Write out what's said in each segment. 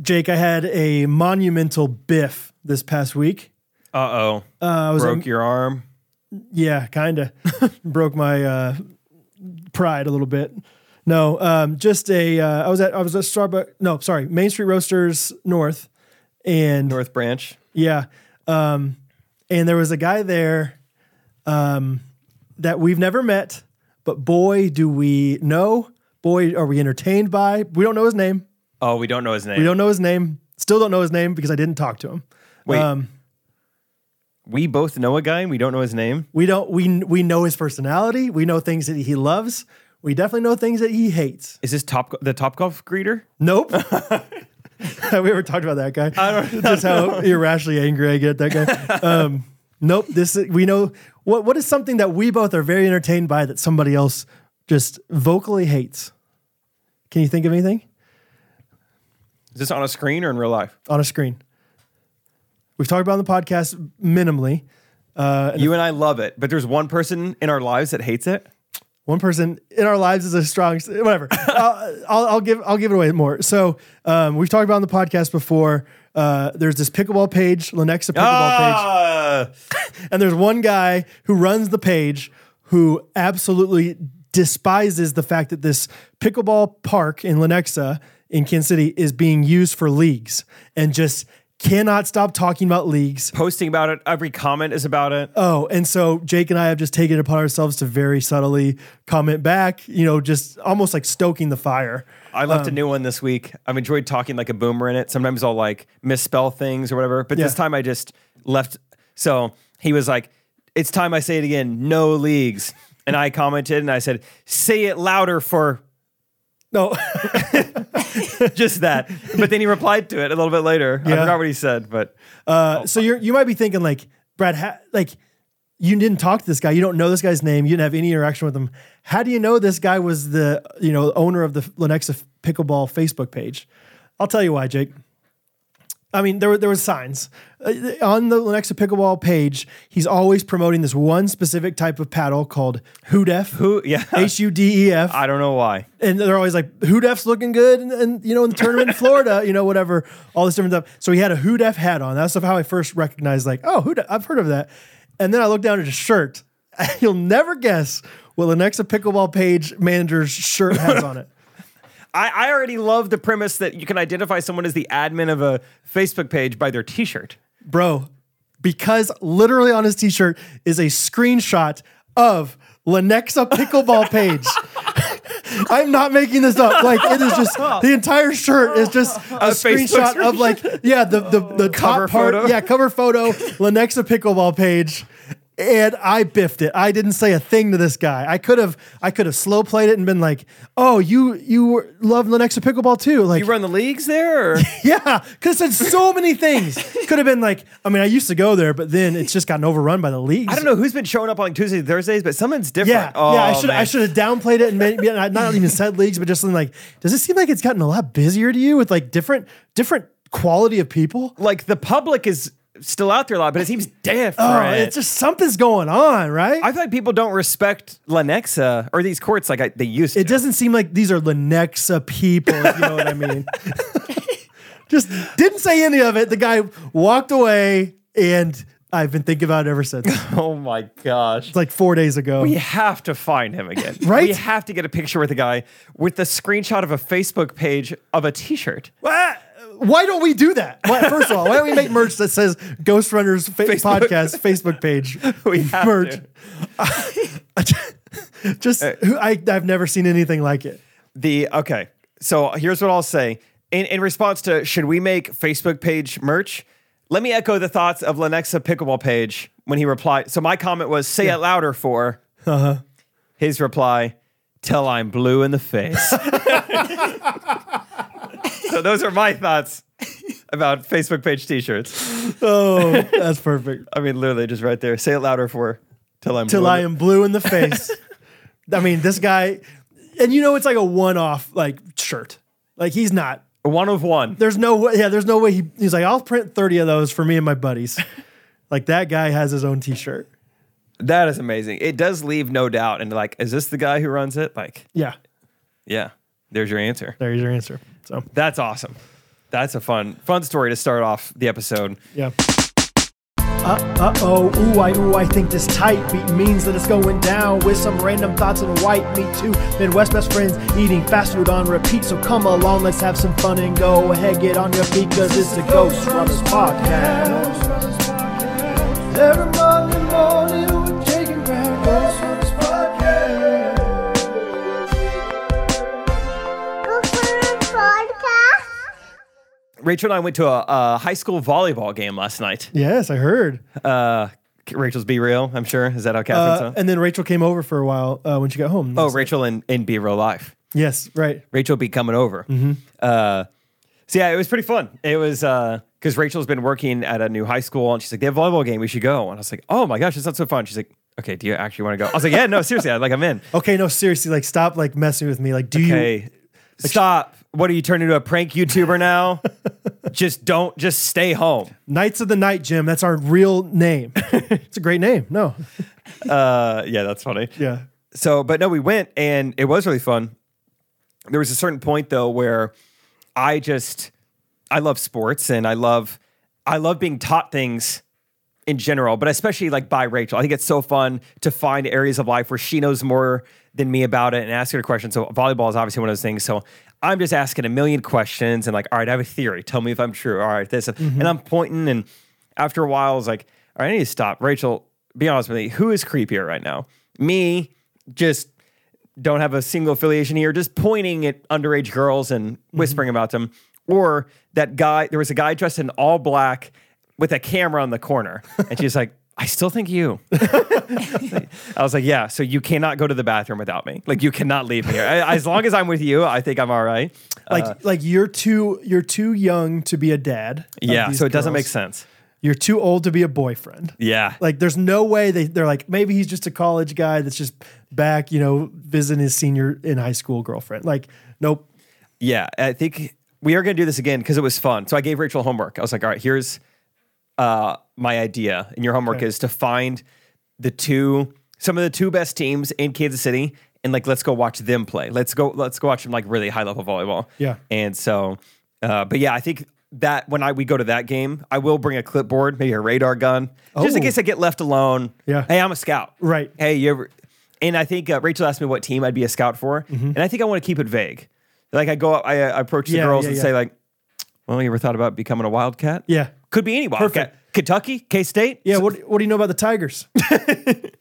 Jake, I had a monumental biff this past week. Uh oh. Uh, I was Broke your arm. Yeah, kind of broke my uh, pride a little bit. No, um, just a. Uh, I was at I was at Starbucks. No, sorry, Main Street Roasters North, and North Branch. yeah, um, and there was a guy there um, that we've never met, but boy, do we know. Boy, are we entertained by? We don't know his name. Oh, we don't know his name. We We, don't know his name. Still don't know his name because I didn't talk to him. Wait. Um, both know a guy and we don't know his name. We don't we we know his personality. We know things that he loves. We definitely know things that he hates. Is this top the Top Golf greeter? Nope. we ever talked about that guy. I don't That's how irrationally angry I get at that guy. Um, nope. This is, we know what what is something that we both are very entertained by that somebody else just vocally hates. Can you think of anything Is this on a screen or in real life? on a screen? We've talked about it on the podcast minimally. Uh, You and I love it, but there's one person in our lives that hates it. one person in our lives is a strong whatever. I'll, I'll, I'll give I'll give it away more. So um, we've talked about on the podcast before. Uh, there's this pickleball page, Lenexa pickleball Ah! page, and there's one guy who runs the page who absolutely despises the fact that this pickleball park in Lenexa in Kansas City is being used for leagues and just cannot stop talking about leagues Posting about it. Every comment is about it. Oh, and so Jake and I have just taken it upon ourselves to very subtly comment back, you know, just almost like stoking the fire. I Um, left a new one this week. I've enjoyed talking like a boomer in it. Sometimes I'll like misspell things or whatever, but this Yeah. time I just left. So he was like, "It's time I say it again." No leagues, and I commented and I said, "Say it louder for No, just that." but then he replied to it a little bit later. I forgot what he said, but uh, Oh, so you're, you might be thinking like, Brad, ha- like you didn't talk to this guy. You don't know this guy's name. You didn't have any interaction with him. How do you know this guy was the, you know, owner of the Lenexa pickleball Facebook page? I'll tell you why, Jake. I mean, there were there were signs Uh, on the Lenexa pickleball page. He's always promoting this one specific type of paddle called Hudef. who? Yeah, H U D E F. I don't know why. And they're always like, Hudef's looking good. And, and, you know, in the tournament in Florida, you know, whatever, all this different stuff. So he had a Hudef hat on. That's how I first recognized, like, oh, Hudef, I've heard of that. And then I looked down at his shirt. You'll never guess what Lenexa Pickleball Page manager's shirt has on it. I, I already love the premise that you can identify someone as the admin of a Facebook page by their T-shirt. Bro, because literally on his t shirt is a screenshot of Lenexa Pickleball Page. I'm not making this up. Like it is just the entire shirt is just a, Facebook Oh. screenshot of like yeah the the, the Cover top part photo. yeah cover photo Lenexa pickleball page, and I biffed it. I didn't say a thing to this guy. I could have I could have slow played it and been like, oh you you were- love Lenexa pickleball too. Like You run the leagues there. Or? yeah, because it's so many things. Could have been like I mean I used to go there, but then it's just gotten overrun by the leagues. I don't know who's been showing up on Tuesdays, and Thursdays, but someone's different. Yeah, yeah. I Oh, should I man. should have downplayed it and maybe not not even said leagues, but just something like, does it seem like it's gotten a lot busier to you with like different different quality of people? Like the public is still out there a lot, but it seems different. Oh, it's just something's going on, right? I feel like people don't respect Lenexa or these courts like I, they used it to. doesn't seem like these are Lenexa people. if You know what I mean? just didn't say any of it. The guy walked away, and I've been thinking about it ever since. It's oh my gosh. like four days ago. We have to find him again. Right? We have to get a picture with a guy with a screenshot of a Facebook page of a t shirt. Why, why don't we do that? Why, first of all, why don't we make merch that says Ghost Runners fa- podcast Facebook page? We have merch. to. Just who, I, I've never seen anything like it. The okay. So here's what I'll say in in response to should we make Facebook page merch? Let me echo the thoughts of Lenexa Pickleball page when he replied. So my comment was say it louder for. Uh-huh. His reply, till I'm blue in the face. so those are my thoughts about Facebook page t-shirts. Oh, that's perfect. I mean, literally just right there. Say it louder for till I'm Till blue in I am blue in the face. I mean, this guy, and you know, it's like a one-off like shirt. Like he's not. the- one of one. There's no way. Yeah, there's no way. He, he's like, I'll print thirty of those for me and my buddies. Like that guy has his own T-shirt. That is amazing. It does leave no doubt. And like, is this the guy who runs it? Like, Yeah, yeah, there's your answer. there's your answer. So That's awesome. That's a fun, fun story to start off the episode. Yeah. Uh oh, ooh, I, ooh, I think this tight beat means that it's going down with some random thoughts and white meat too. Midwest best friends eating fast food on repeat, so come along, let's have some fun and go ahead, get on your feet, cause it's the Ghost Runners Podcast. Every Monday morning, we're taking back Ghost Runners Podcast. Rachel and I went to a, a high school volleyball game last night. Yes, I heard. Uh, Rachel's Be Real, I'm sure. Is that how Catherine Uh, sounds? and then Rachel came over for a while uh, when she got home. Oh, Rachel and, and Be Real Live. yes, right. Rachel be coming over. Uh, so yeah, it was pretty fun. It was because Rachel's been working at a new high school, and she's like, "They have a volleyball game. We should go." And I was like, "Oh my gosh, it sounds so fun." She's like, "Okay, do you actually want to go?" I was like, "Yeah, no, seriously. I, like, I'm in." Okay, no, seriously, like stop like messing with me. Like, do you? Hey, stop. What are you turning into a prank YouTuber now? just don't. Just stay home. Knights of the Night, Jim. That's our real name. it's a great name. No, Uh, yeah, that's funny. yeah, so but no we went and it was really fun there was a certain point though where i just i love sports and i love i love being taught things in general but especially like by rachel i think it's so fun to find areas of life where she knows more than me about it and ask her questions so volleyball is obviously one of those things so i'm just asking a million questions and like all right i have a theory tell me if i'm true all right this and i'm pointing and after a while i was like all right i need to stop rachel be honest with me who is creepier right now me just don't have a single affiliation here, just pointing at underage girls and whispering about them. Or that guy, there was a guy dressed in all black with a camera on the corner. And she's like, I still think you. I was like, yeah, so you cannot go to the bathroom without me. Like, you cannot leave me here. I- as long as I'm with you, I think I'm all right. like Uh, like you're too you're too young to be a dad. of Yeah, these Um, so it doesn't girls. make sense. You're too old to be a boyfriend. Yeah. Like, there's no way they they're like maybe he's just a college guy that's just back, you know, visiting his senior in high school girlfriend. Like, nope. Yeah, I think we are going to do this again because it was fun. So I gave Rachel homework. I was like, all right, here's uh, my idea. And your homework Okay. is to find the two, some of the two best teams in Kansas City. And like, let's go watch them play. Let's go, let's go watch them like really high level volleyball. Yeah. And so, uh, but yeah, I think that when I, we go to that game, I will bring a clipboard, maybe a radar gun, just in Oh. case I get left alone. Yeah. Hey, I'm a scout. Right. Hey, you ever? And I think uh, Rachel asked me what team I'd be a scout for, and I think I want to keep it vague. Like I go up, I uh, approach the Mm-hmm. Yeah, girls yeah, and yeah. say like, "Well, you ever thought about becoming a Wildcat? Yeah. could be any Wildcat. Kentucky, K State. Yeah, what, what do you know about the Tigers?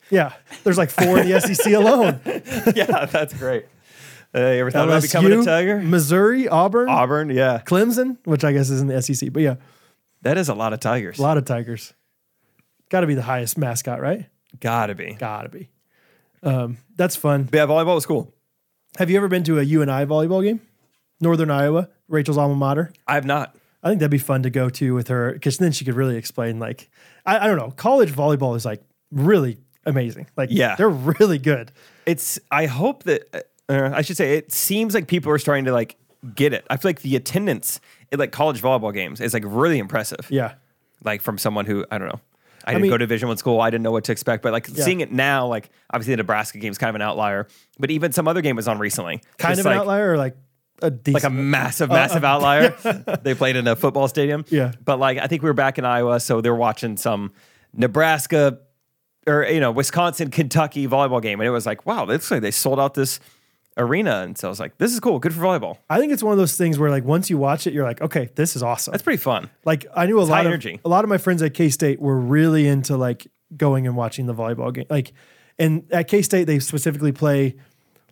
yeah, there's like four in the SEC alone. yeah, that's great. Uh, you ever thought about LSU, becoming a Tiger? Missouri, Auburn, Auburn, yeah, Clemson, which I guess is in the SEC, but yeah, that is a lot of Tigers. a lot of Tigers. Got to be the highest mascot, right? Gotta be. Got to be. Um, that's fun. Yeah, volleyball was cool. Have you ever been to a UNI volleyball game? Northern Iowa, Rachel's alma mater. I have not. I think that'd be fun to go to with her because then she could really explain. Like, I, I don't know, college volleyball is like really amazing. Like, Yeah. they're really good. It's. I hope that uh, I should say it seems like people are starting to like get it. I feel like the attendance at like college volleyball games is like really impressive. Yeah, like from someone who I don't know. I didn't mean- go to Division One school. I didn't know what to expect, but like seeing it now, like obviously the Nebraska game's kind of an outlier, but even some other game was on recently. kind Just of an like- outlier or like a decent. like a massive, massive outlier. they played in a football stadium. Yeah. but like I think we were back in Iowa, so they were watching some Nebraska or you know Wisconsin, Kentucky volleyball game, and it was like, wow, it looks like they sold out this arena, and so I was like, this is cool, good for volleyball. I think it's one of those things where like once you watch it, you're like, okay, this is awesome. That's pretty fun. like I knew a lot high of energy. a lot of my friends at K State were really into like going and watching the volleyball game. Like, and at K State they specifically play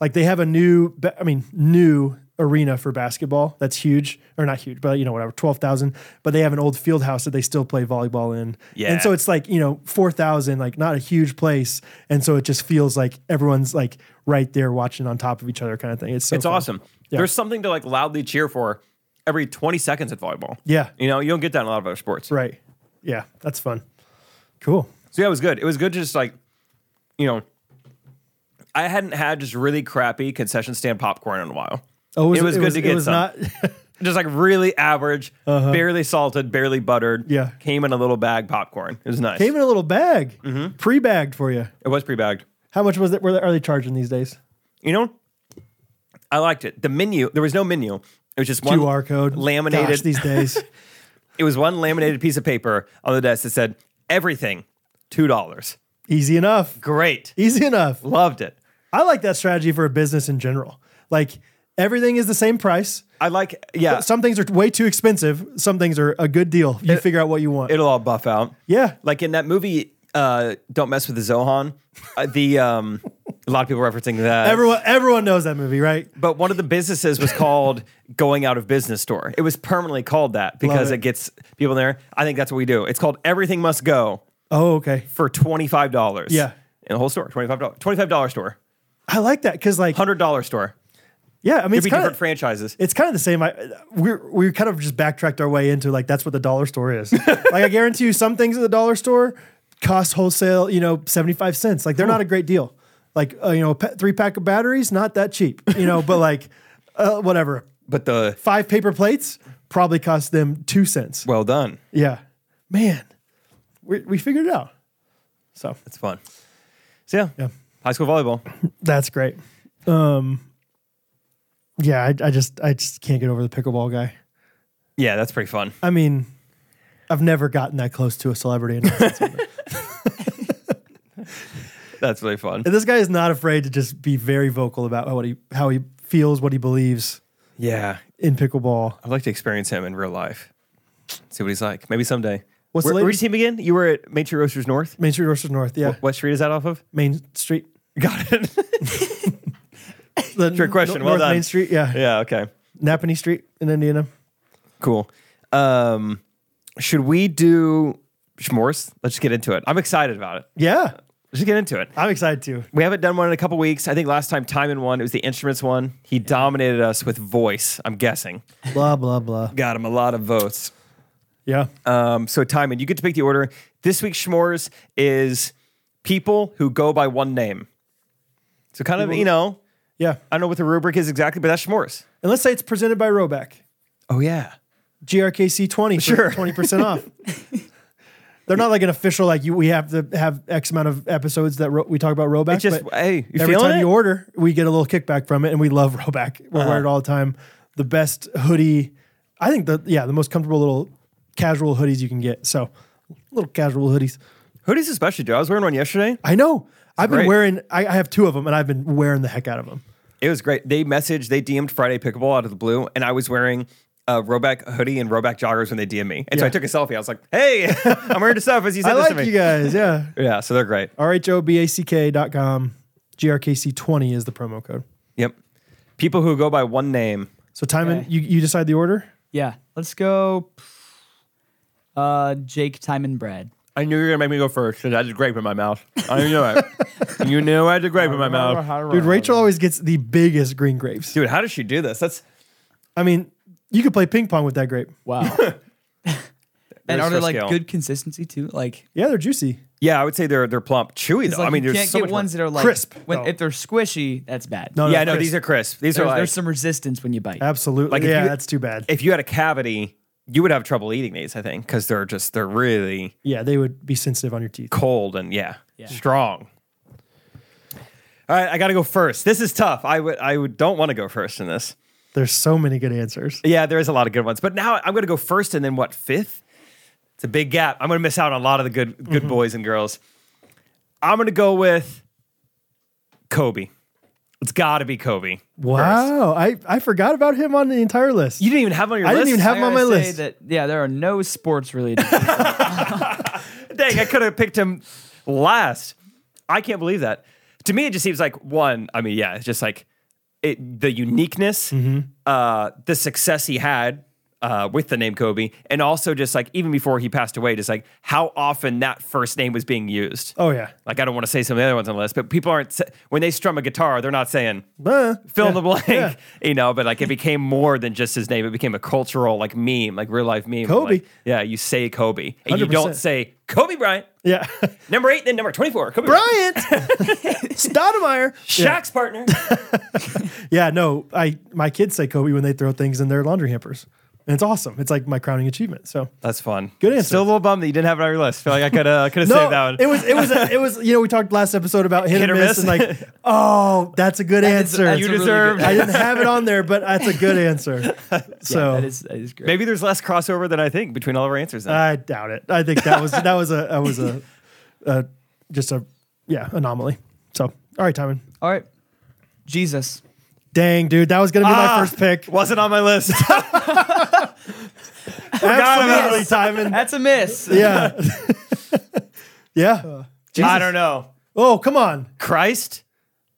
like they have a new, ba- I mean, new arena for basketball that's huge or not huge, but you know whatever twelve thousand. But they have an old field house that they still play volleyball in. Yeah. and so it's like you know four thousand, like not a huge place, and so it just feels like everyone's like right there watching on top of each other kind of thing. It's so It's fun. awesome. Yeah. There's something to like loudly cheer for every 20 seconds at volleyball. Yeah. You know, you don't get that in a lot of other sports. right? Yeah, that's fun. Cool. So yeah, it was good. It was good to just like, you know, I hadn't had just really crappy concession stand popcorn in a while. Oh, it was good to get It was some. not. Just like really average, barely salted, barely buttered. Uh-huh. Yeah. Came in a little bag popcorn. It was nice. Came in a little bag, Mm-hmm. pre-bagged for you. it was pre bagged. How much was it? Were they, are they charging these days? You know, I liked it. The menu, there was no menu. It was just one QR code laminated Gosh, these days. It was one laminated piece of paper on the desk that said everything two dollars. Easy enough. Great, Easy enough. loved it. I like that strategy for a business in general. Like everything is the same price. I like yeah. Some things are way too expensive. Some things are a good deal. You figure out what you want. It'll all buff out. yeah. like in that movie, uh, "Don't Mess with the Zohan." Uh, the um, a lot of people referencing that. Everyone everyone knows that movie, right? but one of the businesses was called "Going Out of Business Store." It was permanently called that because it. it. gets people there. I think that's what we do. It's called "Everything Must Go" Oh, okay. for twenty five dollars. Yeah. in the whole store, twenty five dollars, twenty five dollar store, I like that cuz like hundred dollar store. yeah, I mean Could it's be kind different of franchises. it's kind of the same. I, we're we kind of just backtracked our way into like that's what the dollar store is. like I guarantee you, some things at the dollar store cost wholesale, you know, seventy five cents. Like they're not a great deal. Like uh, you know, pa- three pack of batteries, not that cheap. You know, but like uh, whatever, But the five paper plates probably cost them two cents. well done, Yeah, man, we we figured it out. So it's fun. So yeah, Yeah. high school volleyball. that's great. Um, yeah, I, I just I just can't get over the pickleball guy. Yeah, that's pretty fun. I mean, I've never gotten that close to a celebrity. announcement. That's really fun. And this guy is not afraid to just be very vocal about what he how he feels, what he believes Yeah, in pickleball. I'd like to experience him in real life. See what he's like. Maybe someday. What's where, the where'd you latest? see him again? You were at Main Street Roasters North. Main Street Roasters North, yeah, What street is that off of? Main Street. Got it. The Trick question. Nor- Well North done. Main Street, yeah. yeah. Okay. Napanee Street in Indiana. Cool. Um, should we do s'mores? Let's just get into it. I'm excited about it. Yeah, Let's just get into it. I'm excited too. We haven't done one in a couple weeks. I think last time Timon won, it was the instruments one. He dominated us with voice. I'm guessing. Blah blah blah. Got him a lot of votes. Yeah, Um, so Timon, you get to pick the order. This week's Schmores is people who go by one name. So kind of, you know, yeah. I don't know what the rubric is exactly, but that's Schmores. And let's say it's presented by Roback. Oh yeah. GRKC twenty sure. twenty percent off. They're not like an official like you. We have to have X amount of episodes that ro- we talk about Roback. It's just but- hey, you Every feeling time it? Uh-huh. you order, we get a little kickback from it, and we love Roback. We wear it all the time. The best hoodie, I think the yeah the most comfortable little casual hoodies you can get. So little casual hoodies. Hoodies especially, dude. I was wearing one yesterday. I know. I've been great. wearing. I, I have two of them, and I've been wearing the heck out of them. It was great. They messaged, they DM'd Friday Pickleball out of the blue, and I was wearing a Roback hoodie and Roback joggers when they DM me. And so Yeah. I took a selfie. I was like, hey, I'm wearing your stuff as you I said this to like me. you guys. Yeah. Yeah, so they're great. R H O B A C K dot com. GRKC twenty is the promo code. Yep. People who go by one name. So Timon, Okay. you you decide the order. Yeah, let's go. Uh, Jake, time and bread. I knew you were gonna make me go first because I had a grape in my mouth. I knew it. you knew I had a grape in my mouth. Uh, Dude, Um, Rachel always gets the biggest green grapes. Dude, how does she do this? That's I mean, you could play ping pong with that grape. Wow. There's and are they her like scale. good consistency too? Like, Yeah, they're juicy. yeah, I would say they're they're plump, chewy it's though. like I mean, you there's can't so get much more- ones that are like Crisp, When though. if they're squishy, that's bad. No, yeah, no, crisp. these are crisp. These there's, are like, there's some resistance when you bite. Absolutely. Like, if yeah, you- that's too bad. if you had a cavity, you would have trouble eating these. I think because they're just they're really yeah, they would be sensitive on your teeth. cold and yeah, strong. All right, I got to go first. This is tough. I would I would don't want to go first in this. There's so many good answers. Yeah, there is a lot of good ones. But now I'm going to go first and then what, fifth? It's a big gap. I'm going to miss out on a lot of the good good Mm-hmm. boys and girls. I'm going to go with Kobe. It's got to be Kobe. first. Wow, I, I forgot about him on the entire list. You didn't even have him on your I list. didn't even have I him on my gotta say list. That, yeah, there are no sports related. Dang, I could have picked him last. I can't believe that. To me, it just seems like one. I mean, yeah, it's just like it, the uniqueness, Mm-hmm. uh, the success he had uh, with the name Kobe, and also just like even before he passed away, just like how often that first name was being used. oh yeah, Like I don't want to say some of the other ones on the list, but people aren't sa- when they strum a guitar, they're not saying Uh, fill yeah. in the blank, Yeah. you know. But like it became more than just his name; it became a cultural like meme, like real life meme. Kobe. Like, yeah, you say Kobe, and you 100%. don't say Kobe Bryant. Yeah, Number eight, then number 24. Kobe Bryant Stoudemire. Yeah. Shaq's partner. yeah, no, I my kids say Kobe when they throw things in their laundry hampers. and it's awesome. It's like my crowning achievement. So That's fun. Good answer. Still a little bummed that you didn't have it on your list. Feel like I could uh, could have saved that one. it was it was it was you know we talked last episode about hit, Hit or or miss, miss? and like oh that's a good That's- answer. that's you a really deserve- good- I didn't have it on there, but that's a good answer. So that is that is great. Maybe there's less crossover than I think between all of our answers. Now. I doubt it. I think that was that was a that was a, a just a yeah anomaly. So all right, Timon. All right, Jesus. Dang, dude, that was gonna be Ah, my first pick. wasn't on my list. Absolutely, Timon. That's a miss. Yeah, yeah. I don't know. Oh, come on. Christ.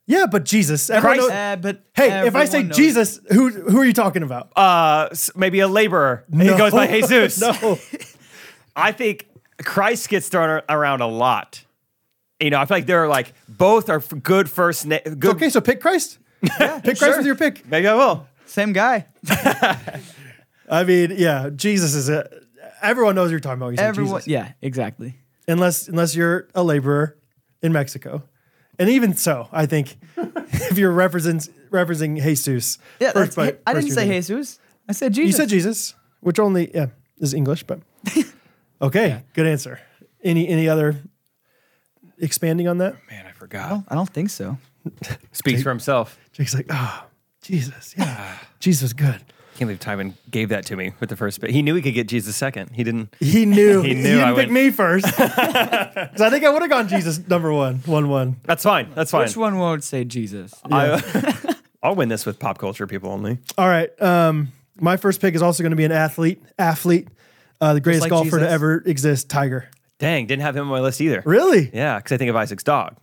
Yeah, but Jesus. Everyone Christ. knows- Uh, but hey, if I say everyone knows- Jesus, who who are you talking about? Uh, s- maybe a laborer. He goes by Jesus. no. I think Christ gets thrown ar- around a lot. You know, I feel like they're like both are f- good first na- good. Okay, so pick Christ. pick Christ with your pick. Maybe I will. same guy. I mean, yeah, Jesus is a. Everyone knows who you're talking about. when You say Everyone. Jesus. Yeah, exactly. unless unless you're a laborer in Mexico, and even so, I think if you're represents referencing Jesus, Yeah, first that's, by- I first didn't you're say thinking- Jesus. I said You Jesus. said Jesus, which only yeah is English, but okay, good answer. Any any other expanding on that? Man, I forgot. I don't think so. Speaks for himself. Jake's like, oh, Jesus, yeah, Jesus was good. Can't believe Timon gave that to me with the first bit. He knew he could get Jesus second. He didn't. He knew. He knew didn't I pick went- me first. 'Cause I think I would have gone Jesus number one, one one. That's fine. That's fine. Which one won't say Jesus? I, I'll win this with pop culture people only. All right. Um, my first pick is also going to be an athlete, athlete, uh, the greatest like golfer to Jesus. ever exist, Tiger. Dang, didn't have him on my list either. Really? Yeah, because I think of Isaac's dog.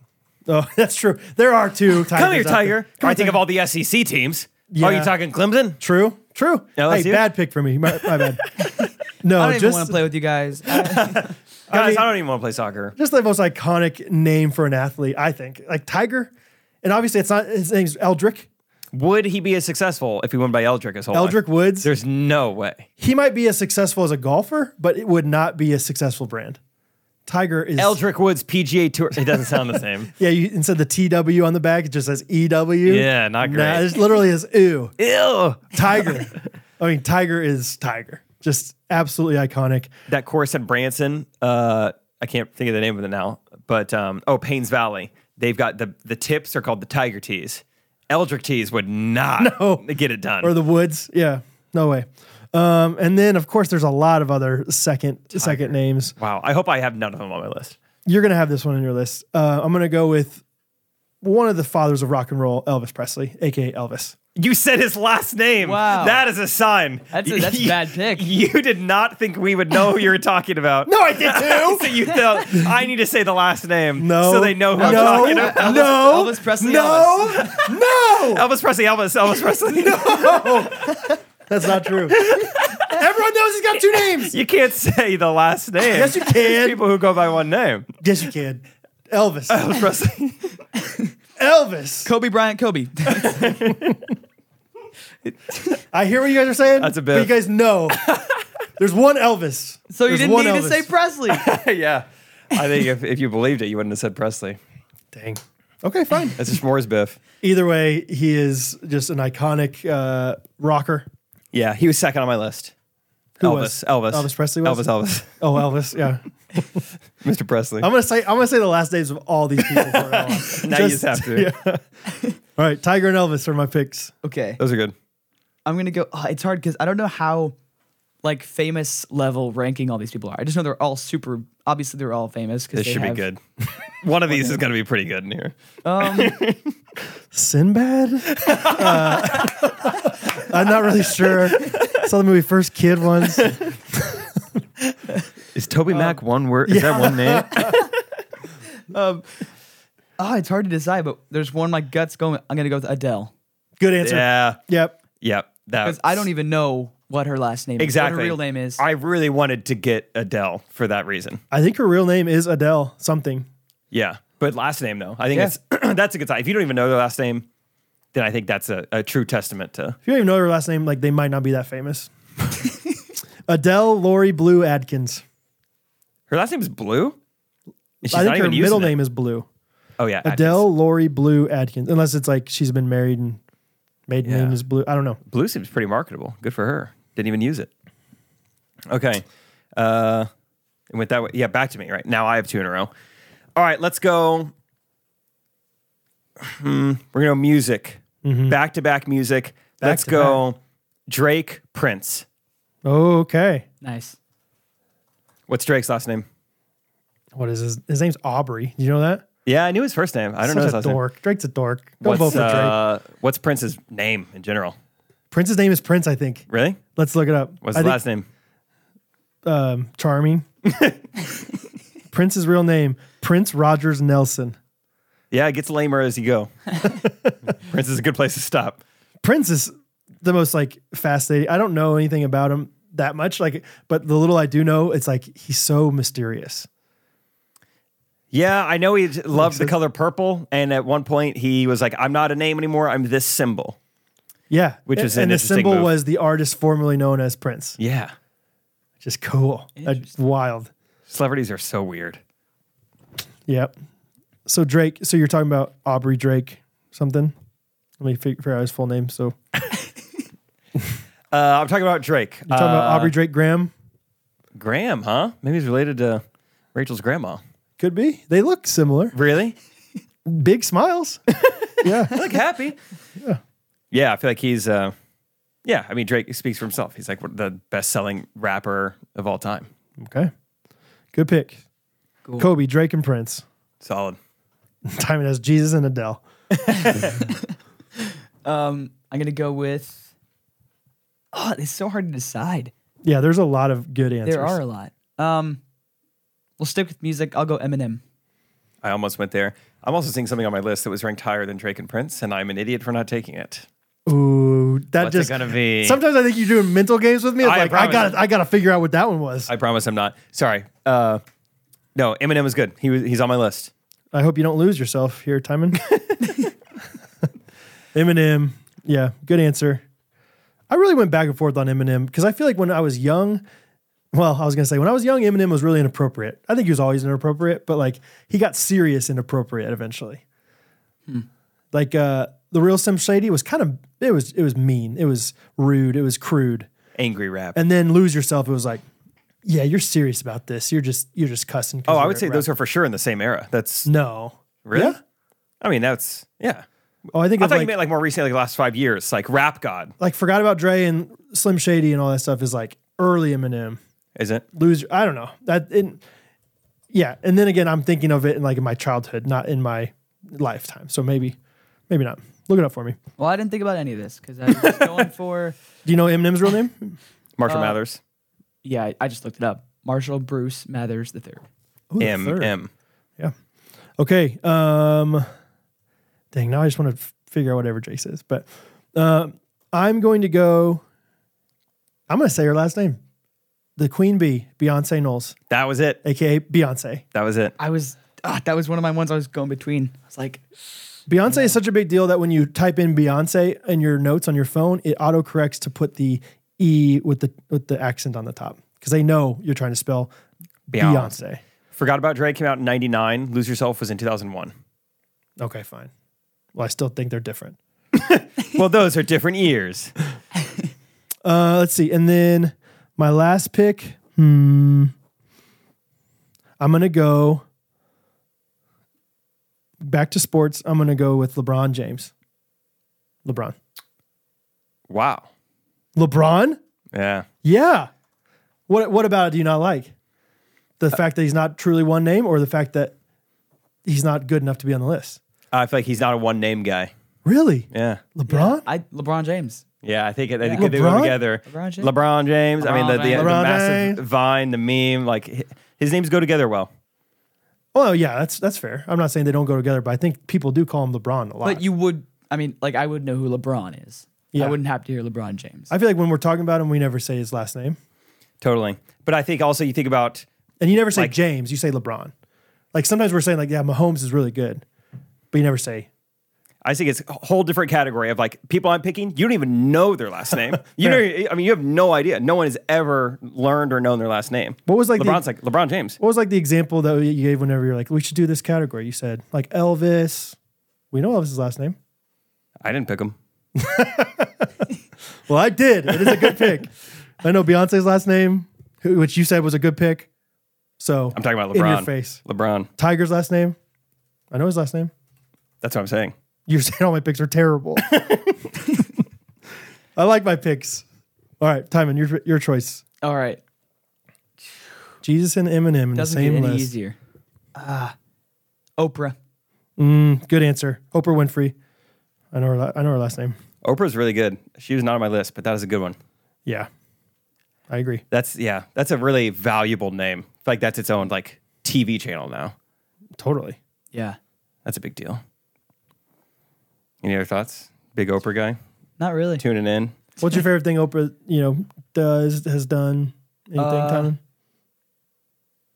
Oh, that's true. There are two. Tigers Come here, out there. Tiger. Or I think of all the SEC teams. Are you Yeah. talking Clemson? True. True. hey, LSU? bad pick for me. My, my bad. No, I don't even just want to play with you guys. I- Guys, I, mean- don't even want to play soccer. just the most iconic name for an athlete, I think. Like Tiger, and obviously it's not his name's Eldrick. Would he be as successful if he won by Eldrick his whole life? Eldrick Woods. There's no way. He might be as successful as a golfer, but it would not be a successful brand. Tiger is Eldrick Woods PGA Tour. It doesn't sound the same. Yeah, you, instead of the TW on the back, it just says EW. Yeah, not Nah, great. it literally is ew. Ew. Tiger. I mean, Tiger is Tiger. Just absolutely iconic. That course at Branson. Uh, I can't think of the name of it now. But um, oh, Paynes Valley. They've got the the tips are called the Tiger tees. Eldrick tees would not get it done. Or the woods. Yeah, no way. Um, and then of course there's a lot of other second second names. wow. I hope I have none of them on my list. You're gonna have this one on your list. Uh, I'm gonna go with one of the fathers of rock and roll, Elvis Presley, aka Elvis. You said his last name. Wow. That is a sign. That's a- that's a You- bad pick. You did not think we would know who you were talking about. No, I did too. So you thought I need to say the last name. No. So they know who I'm No. talking about. no. Elvis Presley, No. no. Elvis Presley, Elvis, Elvis Presley. That's not true. Everyone knows he's got two names. You can't say the last name. Yes, you There's can. people who go by one name. Yes, you can. Elvis. Elvis Presley. Elvis. Kobe Bryant, Kobe. I hear what you guys are saying. That's a But bit. you guys know there's one Elvis. So you There's didn't one need to Elvis. say Presley. yeah. I think if, if you believed it, you wouldn't have said Presley. Dang. Okay, fine. That's just Moore's Biff. Either way, he is just an iconic uh, rocker. Yeah, he was second on my list. Who Elvis, was? Elvis. Elvis Presley was? Elvis, Elvis. Oh, Elvis. Yeah. Mr. Presley. I'm gonna say I'm gonna say the last names of all these people. For now on. now you just have to. All right, Tiger and Elvis are my picks. Okay. Those are good. I'm gonna go. oh, it's hard because I don't know how like famous level ranking all these people are. I just know they're all super. Obviously, they're all famous. 'cause This they should have- be good. One of these is going to be pretty good in here. Sinbad. Uh, I'm not really sure. Saw the movie First Kid once. Is Toby Mac one word? Is that one name? Oh, um, it's hard to decide, but there's one like guts going. I'm gonna go with Adele Good answer. yeah. Yep. Yep. That because I don't even know what her last name exactly is. What her real name is. I really wanted to get Adele for that reason. I think her real name is Adele something. Yeah, but last name though, I think Yeah. it's that's a good sign. If you don't even know their last name, then I think that's a, a true testament to. If you don't even know her last name, like they might not be that famous. Adele Lori Blue Adkins. Her last name is Blue. And she's I not think her even using middle it. name is Blue. Oh yeah, Adkins. Adele Lori Blue Adkins. Unless it's like she's been married and maiden Yeah. name is Blue. I don't know. Blue seems pretty marketable. Good for her. Didn't even use it. Okay. Uh, it went that way. Yeah, back to me. Right now, I have two in a row. All right, let's go. Hmm, we're gonna go music. Back to Mm-hmm. back music. let's to go. Drake Prince. Okay. Nice. What's Drake's last name? What is his? His name's Aubrey. Do you know that? Yeah, I knew his first name. I don't know Such his a last name. dork. Drake's a dork. Don't What's, vote for Drake. uh, what's Prince's name in general? Prince's name is Prince, I think. Really? Let's look it up. What's I his think, last name? Um, charming. Prince's real name Prince Rogers Nelson. Yeah, it gets lamer as you go. Prince is a good place to stop. Prince is the most like fascinating. I don't know anything about him that much, like, but the little I do know, it's like he's so mysterious. Yeah, I know he loved the color purple, and at one point he was like, "I'm not a name anymore. I'm this symbol." Yeah, Which and, is an and the interesting symbol move. was the artist formerly known as Prince. Yeah, Just cool, That's Interesting. wild. celebrities are so weird. Yep. So Drake. So you're talking about Aubrey Drake something? Let me figure out his full name. So you're Uh, I'm talking about Drake. You're talking about Uh, Aubrey Drake Graham. Graham, huh? Maybe he's related to Rachel's grandma. Could be. They look similar. Really? Big smiles. yeah. Look happy. Yeah. Yeah, I feel like he's. Uh, yeah, I mean Drake speaks for himself. He's like the best-selling rapper of all time. Okay. Good pick. Cool. Kobe Drake and Prince. Solid. Time it has Jesus and Adele. Um, I'm gonna go with. Oh, it's so hard to decide. Yeah, there's a lot of good answers. There are a lot. Um, we'll stick with music. I'll go Eminem. I almost went there. I'm also seeing something on my list that was ranked higher than Drake and Prince, and I'm an idiot for not taking it. Ooh, that What's it just gonna be? Sometimes I think you're doing mental games with me. It's I like I promise. got I got to figure out what that one was. I, I promise I'm not. Sorry. Uh, no, Eminem is good. He was, he's on my list. hope you don't lose yourself here, Timon. Eminem, yeah, good answer. I really went back and forth on Eminem because I feel like when I was young, well, I was gonna say when I was young, Eminem was really inappropriate. I think he was always inappropriate, but like he got serious inappropriate eventually. Hmm. Like uh, the real Slim Shady was kind of it was it was mean, it was rude, it was crude. Angry rap. and then lose yourself. It was like, yeah, you're serious about this. You're just you're just cussing. 'cause oh, I you're would say a those rap- are for sure in the same era. That's no. really. Yeah. I mean, that's yeah. Oh, I think I it's thought you like meant like more recently, like the last five years, like Rap God, like forgot about Dre and Slim Shady and all that stuff is like early Eminem. is it? Loser. I don't know that. It, yeah, and then again, I'm thinking of it in like in my childhood, not in my lifetime. So maybe, maybe not. Look it up for me. Well, I didn't think about any of this because I was just going for. Do you know Eminem's real name? Marshall Uh, Mathers. Yeah, I, I just looked it up. Marshall Bruce Mathers the third. Ooh, the M third. M. Yeah. Okay. Um, dang, now I just want to f- figure out whatever Jake says, but um, I'm going to go. I'm going to say her last name, the Queen Bee, Beyonce Knowles, That was it. aka Beyonce. That was it. I was. ah, that was one of my ones I was going between. I was like, Beyonce is such a big deal that when you type in Beyonce in your notes on your phone, it autocorrects to put the e with the with the accent on the top because they know you're trying to spell Beyonce. Beyonce. Forgot about Drake came out in '99. Lose Yourself was in 2001. Okay, fine. Well, I still think they're different. well, those are different years. Uh, let's see. And then my last pick, hmm, I'm going to go back to sports. I'm going to go with LeBron James. LeBron. Wow. LeBron? Yeah. Yeah. What what about it do you not like? The fact that he's not truly one name or the fact that he's not good enough to be on the list? I feel like he's not a one name guy. Really? Yeah. LeBron? I LeBron James. Yeah, I think I think Yeah. they were LeBron? together. LeBron James? LeBron James. I mean, the, the, the LeBron massive James. Vine, the meme, like hi- his names go together well. Oh yeah, that's that's fair. I'm not saying they don't go together, but I think people do call him LeBron a lot. But you would. I mean, like I would know who LeBron is. Yeah. I wouldn't have to hear LeBron James. I feel like when we're talking about him, we never say his last name. Totally. But I think also you think about And you never say Like- James, you say LeBron. Like sometimes we're saying like, yeah, Mahomes is really good, but you never say. I think it's a whole different category of like people I'm picking. You don't even know their last name. you know, I mean, you have no idea. No one has ever learned or known their last name. What was, like, the- LeBron's like LeBron James? What was like the example that you gave whenever you're like, we should do this category? You said like Elvis. We know Elvis's last name. I didn't pick him. Well, I did. It is a good pick. I know Beyonce's last name, who, which you said was a good pick. So I'm talking about LeBron. in your face. LeBron. Tiger's last name. I know his last name. That's what I'm saying. You're saying all my picks are terrible. I like my picks. All right, Timon, your your choice. All right. Jesus and Eminem in Doesn't the get same any list. easier. Ah, Oprah. Mm, good answer. Oprah Winfrey. I know her. la- I know her last name. Oprah's really good. She was not on my list, but that is a good one. Yeah, I agree. That's yeah. That's a really valuable name. Like that's its own like TV channel now. Totally. Yeah. That's a big deal. Any other thoughts? Big Oprah guy Not really. tuning in. What's your favorite thing Oprah you know does has done? Anything, Uh, Timon?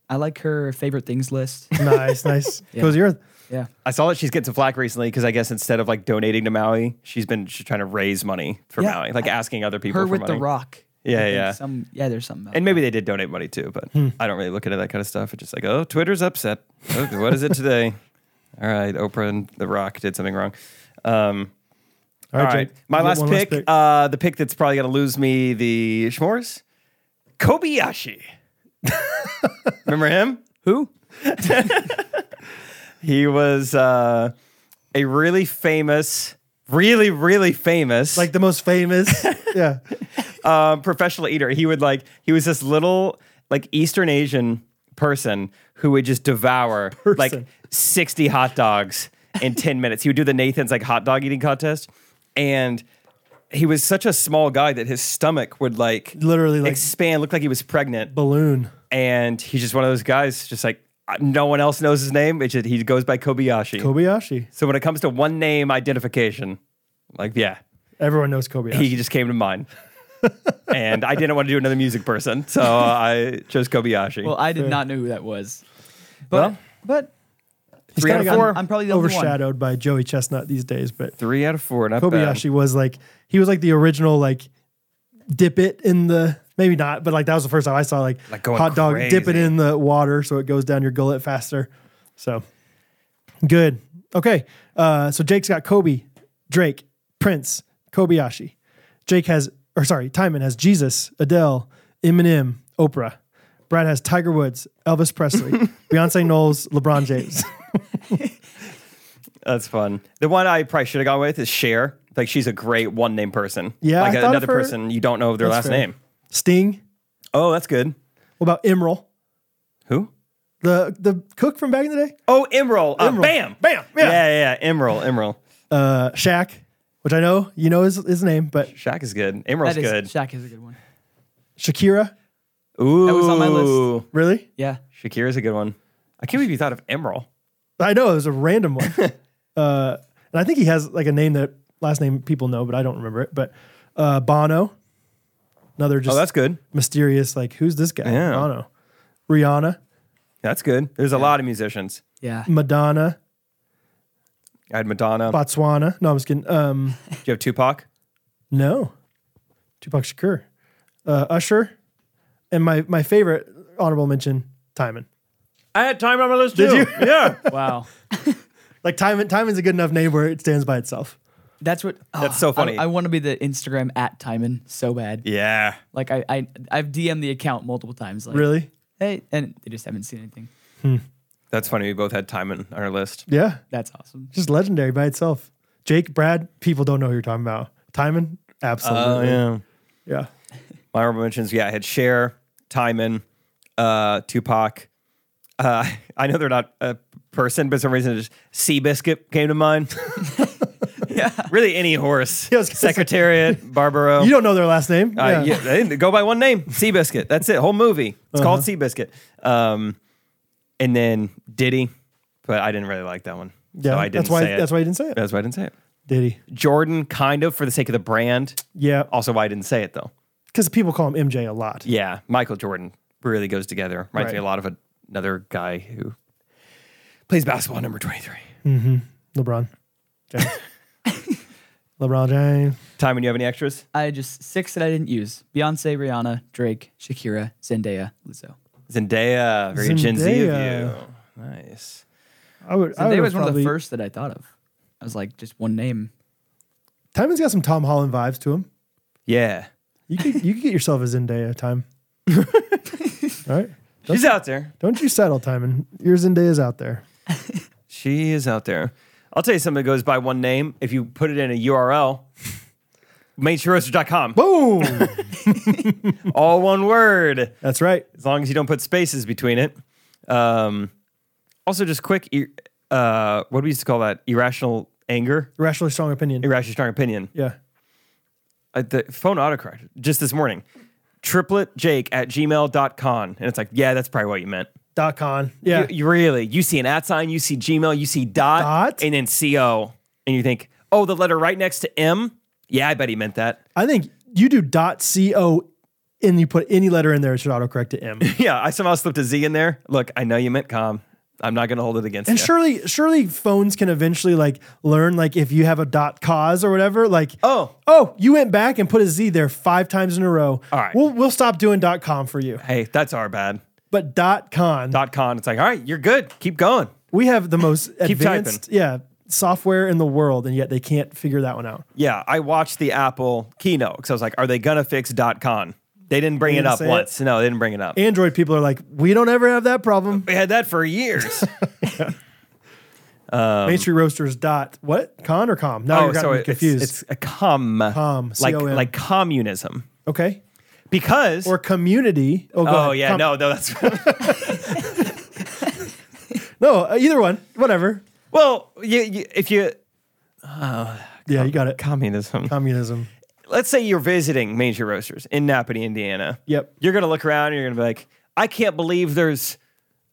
I like her favorite things list. Nice, nice. Goes your Yeah. I saw that she's getting some flack recently because I guess instead of like donating to Maui, she's been she's trying to raise money for Yeah. Maui, like asking other people Her for with money. the rock. Yeah, I think yeah. Some yeah, there's something about and maybe they did donate money too, but Hmm. I don't really look into that kind of stuff. It's just like, oh, Twitter's upset. Oh, what is it today? All right, Oprah and The Rock did something wrong. Um, all right, Jake, my you got last one pick, Uh, the pick that's probably going to lose me the Schmores, Kobayashi. Remember him? who? He was uh, a really famous, really, really famous, like the most famous. yeah. um, professional eater. He would like he was this little like Eastern Asian person who would just devour like sixty hot dogs in ten minutes. He would do the Nathan's like hot dog eating contest, and he was such a small guy that his stomach would like Literally, like- expand, looked like he was pregnant. Balloon. And he's just one of those guys, just like uh, no one else knows his name. It's just, he goes by Kobayashi. Kobayashi. so when it comes to one name identification, like yeah, Everyone knows Kobayashi. he just came to mind. and I didn't want to do another music person, so I chose Kobayashi. Well, I did not know who that was. But Well, but He's Three out kinda of four. gotten I'm probably the only one. overshadowed by Joey Chestnut these days, but three out of four, not Kobayashi bad. was like he was like the original like dip it in the maybe not, but like that was the first time I saw like, Like going hot dog dip it crazy. in the water so it goes down your gullet faster. So good. Okay. Uh, so Jake's got Kobe, Drake, Prince, Kobayashi. Jake has or sorry, Timon has Jesus, Adele, Eminem, Oprah. Brad has Tiger Woods, Elvis Presley, Beyonce Knowles, LeBron James. That's fun. The one I probably should have gone with is Cher. Like she's a great one name person. Yeah, like I thought of another her. person you don't know their last That's fair. name. Sting. Oh, that's good. What about Emerald? Who? The the cook from back in the day? Oh, Emerald. Uh, Bam, bam. yeah. yeah, yeah. yeah. Emerald, Emerald. uh, Shaq, which I know you know his, his name, but Shaq is good. Emerald's that is good. Shaq is a good one. Shakira, Ooh, was on my list. really? Yeah. Shakira's a good one. I can't believe you thought of Emerald. I know it was a random one, uh, and I think he has like a name that last name people know, but I don't remember it. But uh, Bono, another just Oh, that's good. mysterious. Like who's this guy? Yeah. Bono, Rihanna, That's good. There's a lot of musicians. Yeah. Madonna, I had Madonna. Botswana. No, I'm just kidding. Um, Do you have Tupac? no, Tupac Shakur, uh, Usher, and my my favorite honorable mention, Timon. I had time on my list too. Did you? Yeah. Wow. Like Timon, Timon's a good enough name where it stands by itself. That's what oh, That's so I- funny. I, want to be the Instagram at Timon so bad. Yeah. Like I, I I've DM'd the account multiple times. Like Really? hey and they just haven't seen anything. That's funny. We both had time on our list. Yeah. That's awesome. just legendary by itself. Jake, Brad, people don't know who you're talking about. Timon, Oh, absolutely. Oh, yeah. Um, My honorable mentions, yeah, I had Cher, Timon, uh, Tupac. Uh, I know they're not a person, but for some reason just Seabiscuit came to mind. yeah. Really any horse. Yeah, I was gonna say- Secretariat, Barbaro. You don't know their last name. Uh, yeah. yeah, they didn't go by one name, Seabiscuit. That's it. Whole movie. It's called Uh-huh. Seabiscuit. Um, and then Diddy, but I didn't really like that one. Yeah, so I didn't that's why. say it. That's why you didn't say it. That's why I didn't say it. Did he? Jordan, kind of, for the sake of the brand. Yeah, Also, why I didn't say it though. because people call him MJ a lot. Yeah, Michael Jordan really goes together. Reminds me Right. a lot of a- another guy who plays basketball, number twenty-three. LeBron, James. LeBron James. Time when you have any extras? I just six that I didn't use: Beyonce, Rihanna, Drake, Shakira, Zendaya, Lizzo. Zendaya, very Gen Z of Zendaya. you. Nice. I would. I Zendaya would was probably, one of the first that I thought of. I was like, just one name. Timon's got some Tom Holland vibes to him. Yeah, You could you could get yourself a Zendaya time. All right. She's out there. Don't you settle, Timon. Your Zendaya's out there. She is out there. I'll tell you something that goes by one name. If you put it in a URL, mainstreamroaster.com. Boom. All one word, That's right. as long as you don't put spaces between it. Um, also, just quick, ir- uh, what do we used to call that? Irrational anger, Rationally strong opinion. irrational strong opinion. yeah. Uh, the phone autocorrect just this morning. Tripletjake at gmail.com. And it's like, yeah, that's probably what you meant. Dot con. Yeah. You, you really, you see an at sign, you see Gmail, you see dot, Dot? and then CO, and you think, oh, the letter right next to M. Yeah, I bet he meant that. I think you do dot co and you put any letter in there, it should autocorrect to M. Yeah, I somehow slipped a Z in there. Look, I know you meant com. I'm not going to hold it against And you. surely surely phones can eventually like learn like if you have a dot cause or whatever, like Oh, oh, you went back and put a Z there five times in a row. All right. We'll we'll stop doing dot com for you. hey, that's our bad. But dot con Dot con. It's like, all right, you're good. Keep going. we have the most typing. advanced yeah, software in the world, and yet they can't figure that one out. Yeah, I watched the Apple keynote because I was like, are they going to fix dot con? They didn't bring didn't it up say it? once. No, they didn't bring it up. Android people are like, we don't ever have that problem. we had that for years. Oh, Mainstream roasters dot what con or com? Now you're Um, Oh, so me it's- confused. It's, a com. Com, Like, C O M. like communism. okay, Because or community? Oh, go Oh ahead. yeah, Com- no, no, that's no, uh, either one, whatever. well. You, you, if you Yeah, you got it. communism, Communism. let's say you're visiting Major Roasters in Napanee, Indiana. Yep. You're gonna look around and you're gonna be like, I can't believe there's,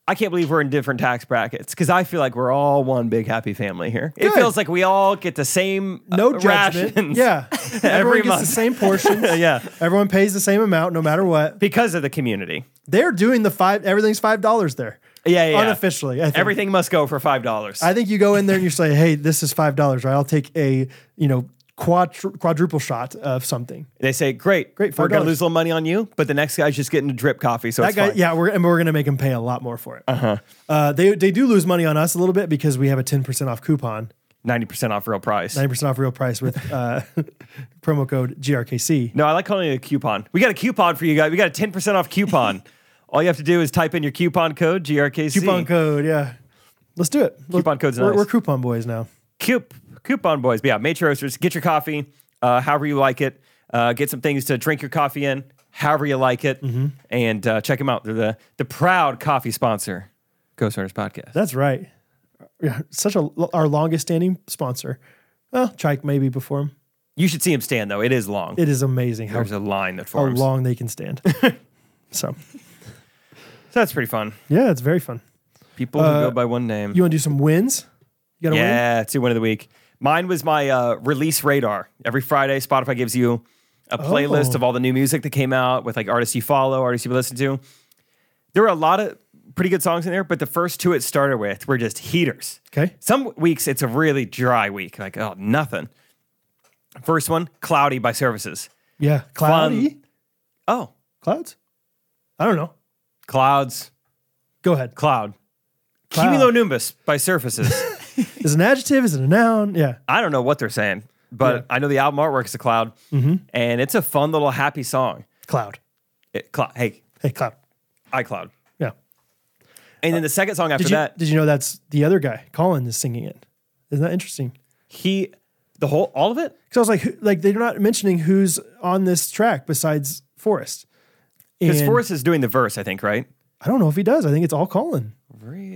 I can't believe we're in different tax brackets because I feel like we're all one big happy family here. It Good. feels like we all get the same uh, No judgment. rations. Yeah, everyone gets the month. same portions. yeah, Everyone pays the same amount, no matter what. because of the community. They're doing the five. Everything's five dollars there. Yeah, yeah, yeah. Unofficially, I think. Everything must go for five dollars. I think you go in there and you say, "Hey, this is five dollars, right? I'll take a you know quadru- quadruple shot of something." They say, great, Great, We're gonna $5. lose a little money on you, but the next guy's just getting a drip coffee, so That it's guy, fine. yeah, we're and we're gonna make him pay a lot more for it. Uh-huh. They they do lose money on us a little bit because we have a ten percent off coupon, ninety percent off real price. ninety percent off real price with uh, promo code GRKC. No, I like calling it a coupon. We got a coupon for you guys. We got a 10% off coupon. All you have to do is type in your coupon code, GRKC. Coupon code, yeah. Let's do it. Let's- Coupon code's we're, nice. we're coupon boys now. Coup- coupon boys. But yeah, Maitre Roasters. Get your coffee, uh, however you like it. Uh, get some things to drink your coffee in, however you like it. Mm-hmm. And uh, check them out. They're the, the proud coffee sponsor, Ghost Runners Podcast. That's right. Yeah, Such a our longest standing sponsor. Well, Trike maybe before him. you should see him stand, though. It is long. It is amazing how, There's a line that how forms. long they can stand. so So that's pretty fun. yeah, it's very fun. People Uh, who go by one name. You want to do some wins? You got to win? Yeah, two win of the week. Mine was my uh, release radar. Every Friday, Spotify gives you a playlist Oh. of all the new music that came out with like artists you follow, artists you listen to. There were a lot of pretty good songs in there, but the first two it started with were just heaters. Okay. Some weeks it's a really dry week, like oh nothing. First one, "Cloudy" by Services. Yeah. Cloudy? Oh, Clouds? I don't know. clouds, Go ahead. cloud. Cloud. Cumulo Nimbus by Surfaces. Is it an adjective? Is it a noun? Yeah. I don't know what they're saying, but Yeah. Mm-hmm. I know the album artwork is a cloud, and it's a fun little happy song. Cloud. It, cloud, hey, Hey, cloud. iCloud. Yeah. And then the second song after Did you, that, did you know that's the other guy? Colin is singing it. Isn't that interesting? he, the whole, all of it, Because I was like, who, like they're not mentioning who's on this track besides Forrest. because And Forrest is doing the verse, I think, right? I don't know if he does. I think it's all Colin.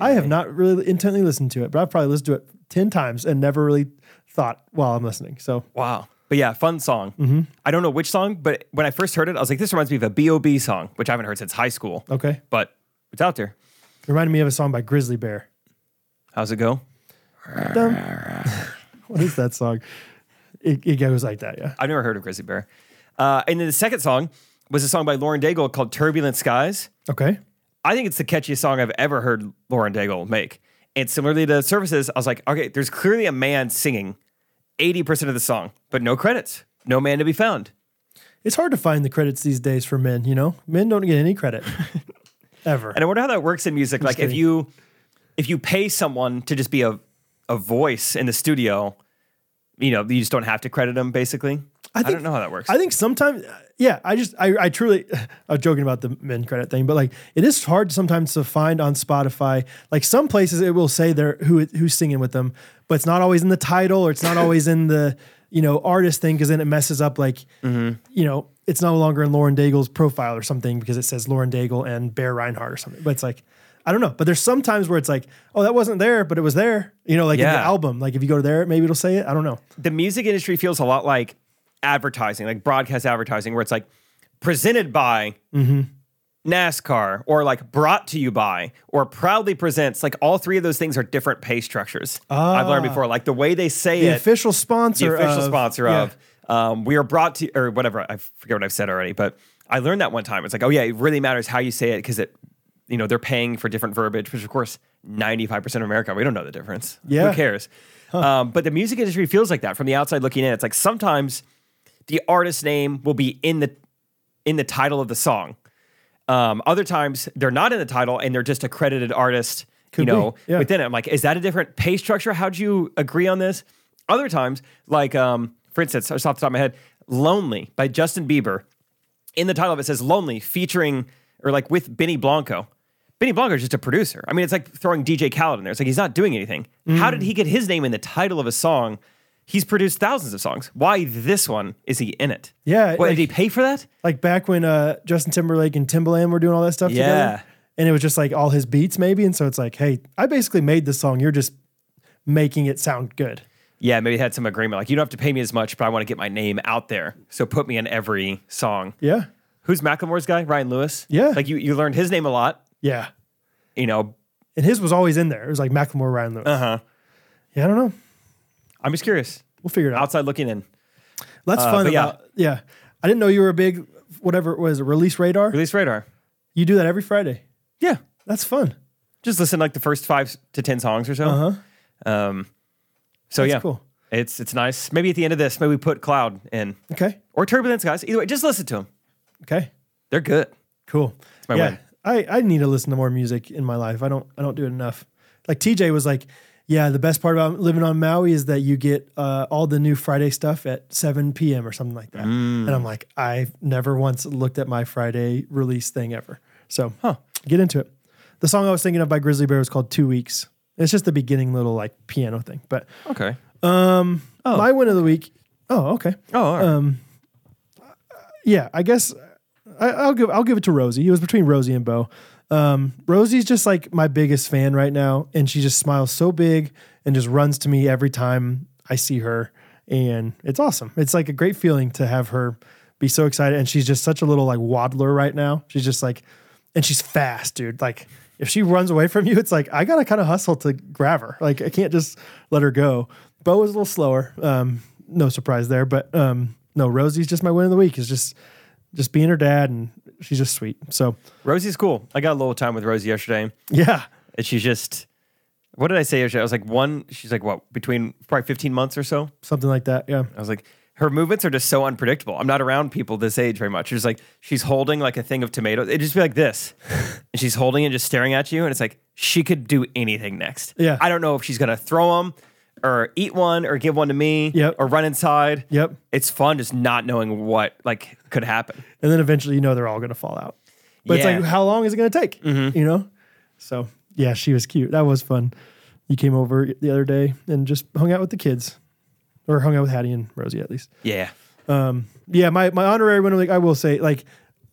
I have not really intently listened to it, but I've probably listened to it ten times and never really thought while I'm listening. So Wow. But yeah, fun song. Mm-hmm. I don't know which song, but when I first heard it, I was like, this reminds me of a B.O.B. song, which I haven't heard since high school. okay, But it's out there. reminded me of a song by Grizzly Bear. How's it go? Dum. what is that song? It, it goes like that, yeah. I've never heard of Grizzly Bear. Uh, and then the second song was a song by Lauren Daigle called Turbulent Skies. Okay. I think it's the catchiest song I've ever heard Lauren Daigle make. And similarly to Services, I was like, okay, there's clearly a man singing 80% of the song, but no credits, no man to be found. It's hard to find the credits these days for men, you know? Men don't get any credit ever. And I wonder how that works in music. like if kidding. you if you pay someone to just be a a voice in the studio, you know, you just don't have to credit them basically. I, think, don't know how that works. I think sometimes, yeah, I just, I, I truly, I was joking about the min credit thing, but like it is hard sometimes to find on Spotify. Like some places it will say they're who who's singing with them, but it's not always in the title or it's not always in the, you know, artist thing because then it messes up like, Mm-hmm. you know, it's no longer in Lauren Daigle's profile or something because it says Lauren Daigle and Bear Reinhardt or something. But it's like, I don't know. But there's some times where it's like, oh, that wasn't there, but it was there. You know, like in the Yeah. album. Like if you go to there, maybe it'll say it. I don't know. the music industry feels a lot like advertising, like broadcast advertising, where it's like presented by NASCAR or like brought to you by or proudly presents. Like all three of those things are different pay structures. I've learned before. Like the way they say The it, official sponsor. the official of- sponsor yeah. of. Um, we are brought to or whatever. I forget what I've said already, but I learned that one time. It's like, oh yeah, it really matters how you say it because it, you know, they're paying for different verbiage, which of course, ninety five percent of America, we don't know the difference. Yeah. who cares? Um, but the music industry feels like that from the outside looking in. It's like sometimes the artist name will be in the in the title of the song. Um, other times they're not in the title and they're just accredited artist, Could be, you know, yeah. within it. I'm like, is that a different pay structure? How'd you agree on this? Other times, like um, for instance, just off the top of my head, Lonely by Justin Bieber. In the title of it says Lonely featuring or like with Benny Blanco. Benny Blanco is just a producer. I mean, it's like throwing DJ Khaled in there. It's like he's not doing anything. How did he get his name in the title of a song? He's produced thousands of songs. Why this one is he in it? Yeah, What, like- did he pay for that? like back when uh, Justin Timberlake and Timbaland were doing all that stuff Yeah. together. And it was just like all his beats, maybe. And so it's like, hey, I basically made this song. You're just making it sound good. Yeah, maybe they had some agreement. Like, you don't have to pay me as much, but I want to get my name out there. So put me in every song. Yeah. Who's Macklemore's guy? Ryan Lewis? Yeah. Like, you, you learned his name a lot, Yeah. you know. And his was always in there. It was like Macklemore, Ryan Lewis. Uh huh. Yeah, I don't know. I'm just curious. We'll figure it out. Outside looking in. That's fun. uh, but yeah. About, yeah. I didn't know you were a big, whatever it was, release radar. Release radar. You do that every Friday. Yeah. That's fun. Just listen like the first five to 10 songs or so. Uh huh. Um, so, Uh-huh. That's yeah. cool. It's, it's nice. Maybe at the end of this, maybe we put Cloud in Okay. or Turbulence, guys. Either way, just listen to them. Okay. They're good. Cool. my yeah. win. I, I need to listen to more music in my life. I don't I don't do it enough. Like TJ was like, yeah, the best part about living on Maui is that you get uh, all the new Friday stuff at 7 p.m. or something like that. And I'm like, I've never once looked at my Friday release thing ever. So get into it. The song I was thinking of by Grizzly Bear was called Two Weeks. It's just the beginning little like piano thing. But Okay. my win of the week. Oh, okay. Oh, all right. yeah, I guess I, I'll give I'll give it to Rosie. It was between Rosie and Bo. Um, Rosie's just like my biggest fan right now, and she just smiles so big and just runs to me every time I see her, and it's awesome. It's like a great feeling to have her be so excited, and she's just such a little like waddler right now. She's just like, and she's fast, dude. Like if she runs away from you, it's like I gotta kind of hustle to grab her. Like I can't just let her go. Bo is a little slower. Um, no surprise there, but um, no, Rosie's just my win of the week. Is just just being her dad, and she's just sweet. So Rosie's cool. I got a little time with Rosie yesterday. yeah, And she's just, what did I say yesterday? I was like, one, she's like, what, between probably 15 months or so? something like that. Yeah, I was like, her movements are just so unpredictable. I'm not around people this age very much. She's like, she's holding like a thing of tomatoes. It'd just be like this. and she's holding it, just staring at you. And it's like, she could do anything next. Yeah. I don't know if she's going to throw them or eat one or give one to me Yep. or run inside. Yep. It's fun just not knowing what like could happen. and then eventually you know they're all gonna fall out. But Yeah. it's like, how long is it gonna take? You know. So yeah, she was cute. That was fun. You came over the other day and just hung out with the kids, or hung out with Hattie and Rosie at least. Yeah. Yeah, my, my honorary winner, like I will say, like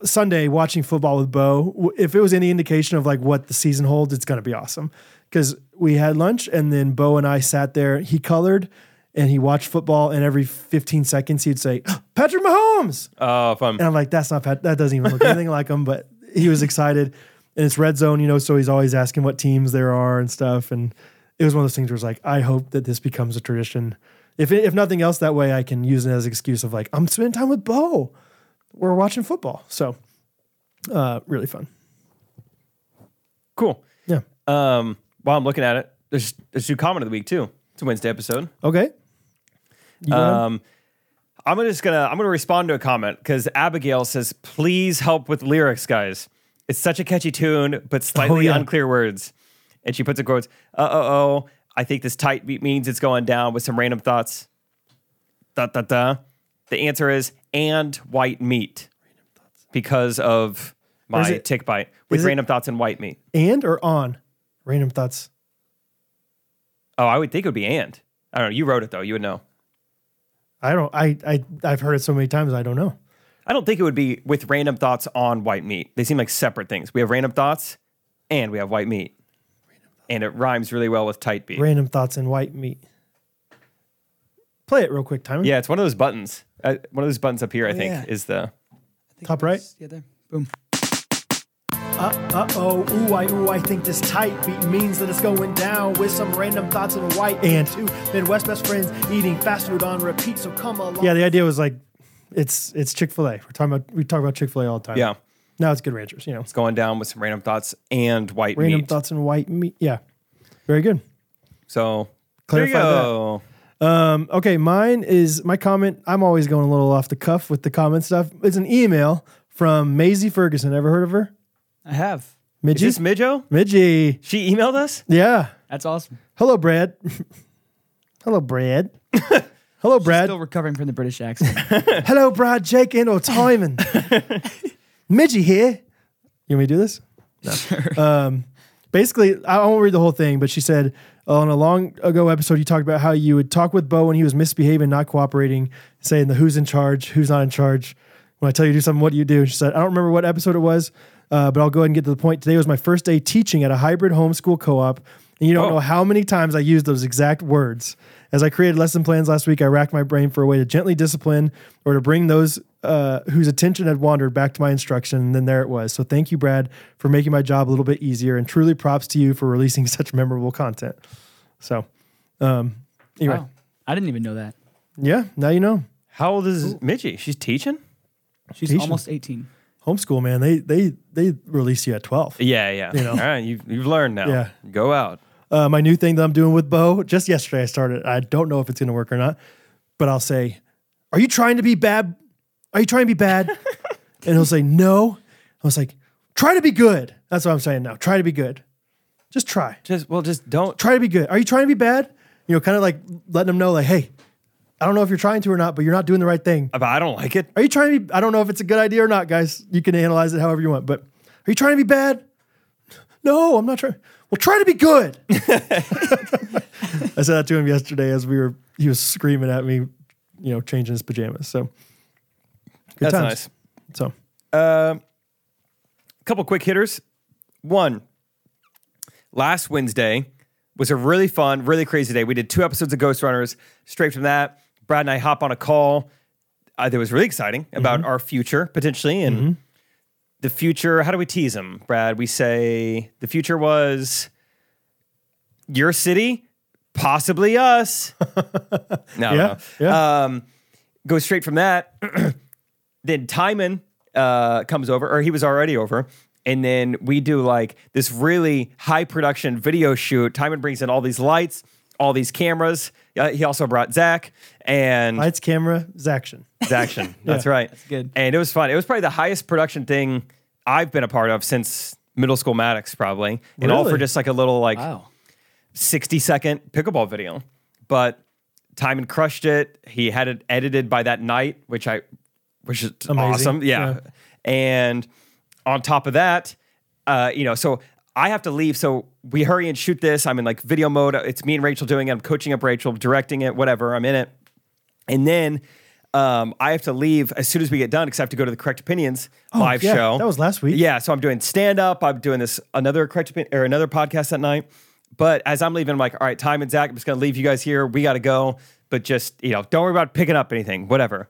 Sunday watching football with Bo. w- If it was any indication of like what the season holds, it's going to be awesome. Because we had lunch and then Bo and I sat there. He colored and he watched football, and every 15 seconds he'd say, "Patrick Mahomes," Oh, fun. and I'm like, "That's not Pat. That doesn't even look anything like him." But he was excited, and it's red zone, you know, so he's always asking what teams there are and stuff. And it was one of those things where it's like, I hope that this becomes a tradition. If if nothing else, that way I can use it as an excuse of like, I'm spending time with Bo. We're watching football, so uh, really fun. Cool. Yeah. Um, while I'm looking at it, there's there's new comment of the week too. It's a Wednesday episode. Okay. You go ahead. Um, I'm gonna- just gonna I'm gonna respond to a comment because Abigail says, "Please help with lyrics, guys. It's such a catchy tune, but slightly Oh, yeah. unclear words." And she puts in quotes, "Uh oh oh, I think this tight beat means it's going down with some random thoughts." Da da da. The answer is and white meat because of is my it- tick bite with is it- random thoughts and white meat. And or on? Random thoughts. Oh, I would think it would be and. I don't know. You wrote it though. You would know. I don't. I I I've heard it so many times. I don't know. I don't think it would be with random thoughts on white meat. They seem like separate things. We have random thoughts and we have white meat. And it rhymes really well with tight beat. Random thoughts and white meat. Play it real quick, Timon. Yeah, it's one of those buttons. Uh, one of those buttons up Oh, here, I think, yeah. is the. Top right. Yeah, there. Boom. Uh oh, ooh, I, ooh, I think this tight beat means that it's going down with some random thoughts and white and two Midwest best friends eating fast food on repeat. So come along. Yeah, the idea was like, it's it's Chick Fil A. We're talking about we talk about Chick Fil A all the time. Yeah, now it's Good Ranchers. You know, it's going down with some random thoughts and white random meat. thoughts and white meat. Yeah, very good. So there Clarify you that. go. Um, okay, mine is my comment. I'm always going a little off the cuff with the comment stuff. It's an email from Maisie Ferguson. Ever heard of her? I have. Is this Midgie. Midjo? Midgie. She emailed us? Yeah. That's awesome. Hello, Brad. Hello, Brad. Hello, Brad. Still recovering from the British accent. Hello, Brad, Jake, and or Timon. Midgie here. You want me to do this? sure. basically, I I won't read the whole thing, but she said on a long ago episode, you talked about how you would talk with Bo when he was misbehaving, not cooperating, saying the who's in charge, who's not in charge. When I tell you to do something, what do you do? She said, I don't remember what episode it was, uh, but I'll go ahead and get to the point. Today was my first day teaching at a hybrid homeschool co op. And you don't Whoa. know how many times I used those exact words. As I created lesson plans last week, I racked my brain for a way to gently discipline or to bring those uh, whose attention had wandered back to my instruction. And then there it was. So thank you, Brad, for making my job a little bit easier. And truly props to you for releasing such memorable content. So, um, anyway, Wow. I didn't even know that. yeah, now you know. How old is Midgie? She's teaching? She's Teaching. almost 18. Homeschool, man, they they they release you at 12. Yeah, yeah. know. All right, you've, you've learned now. Yeah. Go out. Uh, my new thing that I'm doing with Bo, just yesterday I started. I don't know if it's going to work or not, but I'll say, Are you trying to be bad? Are you trying to be bad? and he'll say, No. I was like, Try to be good. That's what I'm saying now. Try to be good. Just try. Just, well, just don't. Try to be good. Are you trying to be bad? You know, kind of like letting them know, like, Hey, I don't know if you're trying to or not, but you're not doing the right thing. But I don't like it. Are you trying to be? I don't know if it's a good idea or not, guys. You can analyze it however you want, but are you trying to be bad? No, I'm not trying. Well, try to be good. I said that to him yesterday as we were, he was screaming at me, you know, changing his pajamas. So good That's times. nice. So Uh, couple quick hitters. One, last Wednesday was a really fun, really crazy day. We did two episodes of Ghost Runners. Straight from that, Brad and I hop on a call uh, that was really exciting about Mm-hmm. our future potentially and the future. How do we tease them, Brad? We say the future was your city, possibly us. no, yeah, no. yeah. Um, go straight from that then Timon uh, comes over, or he was already over. And then we do like this really high production video shoot. Timon brings in all these lights, all these cameras. Uh, he also brought Zach and lights, camera, Zaction. Zaction. That's right. That's good. And it was fun. It was probably the highest production thing I've been a part of since middle school Maddox, probably. And all for Really? just like a little like Wow. 60 second pickleball video. But Timon crushed it. He had it edited by that night, which I which is awesome. Yeah. Yeah. And on top of that, uh, you know, so I have to leave. So we hurry and shoot this. I'm in like video mode. It's me and Rachel doing it. I'm coaching up Rachel, directing it, whatever. I'm in it. And then um, I have to leave as soon as we get done because I have to go to the Correct Opinions live Oh, yeah. show. That was last week. Yeah, so I'm doing stand up. I'm doing this another correct Opi- or another podcast that night. But as I'm leaving, I'm like, all right, time and Zach, I'm just gonna leave you guys here. We gotta go. But just you know, don't worry about picking up anything. Whatever.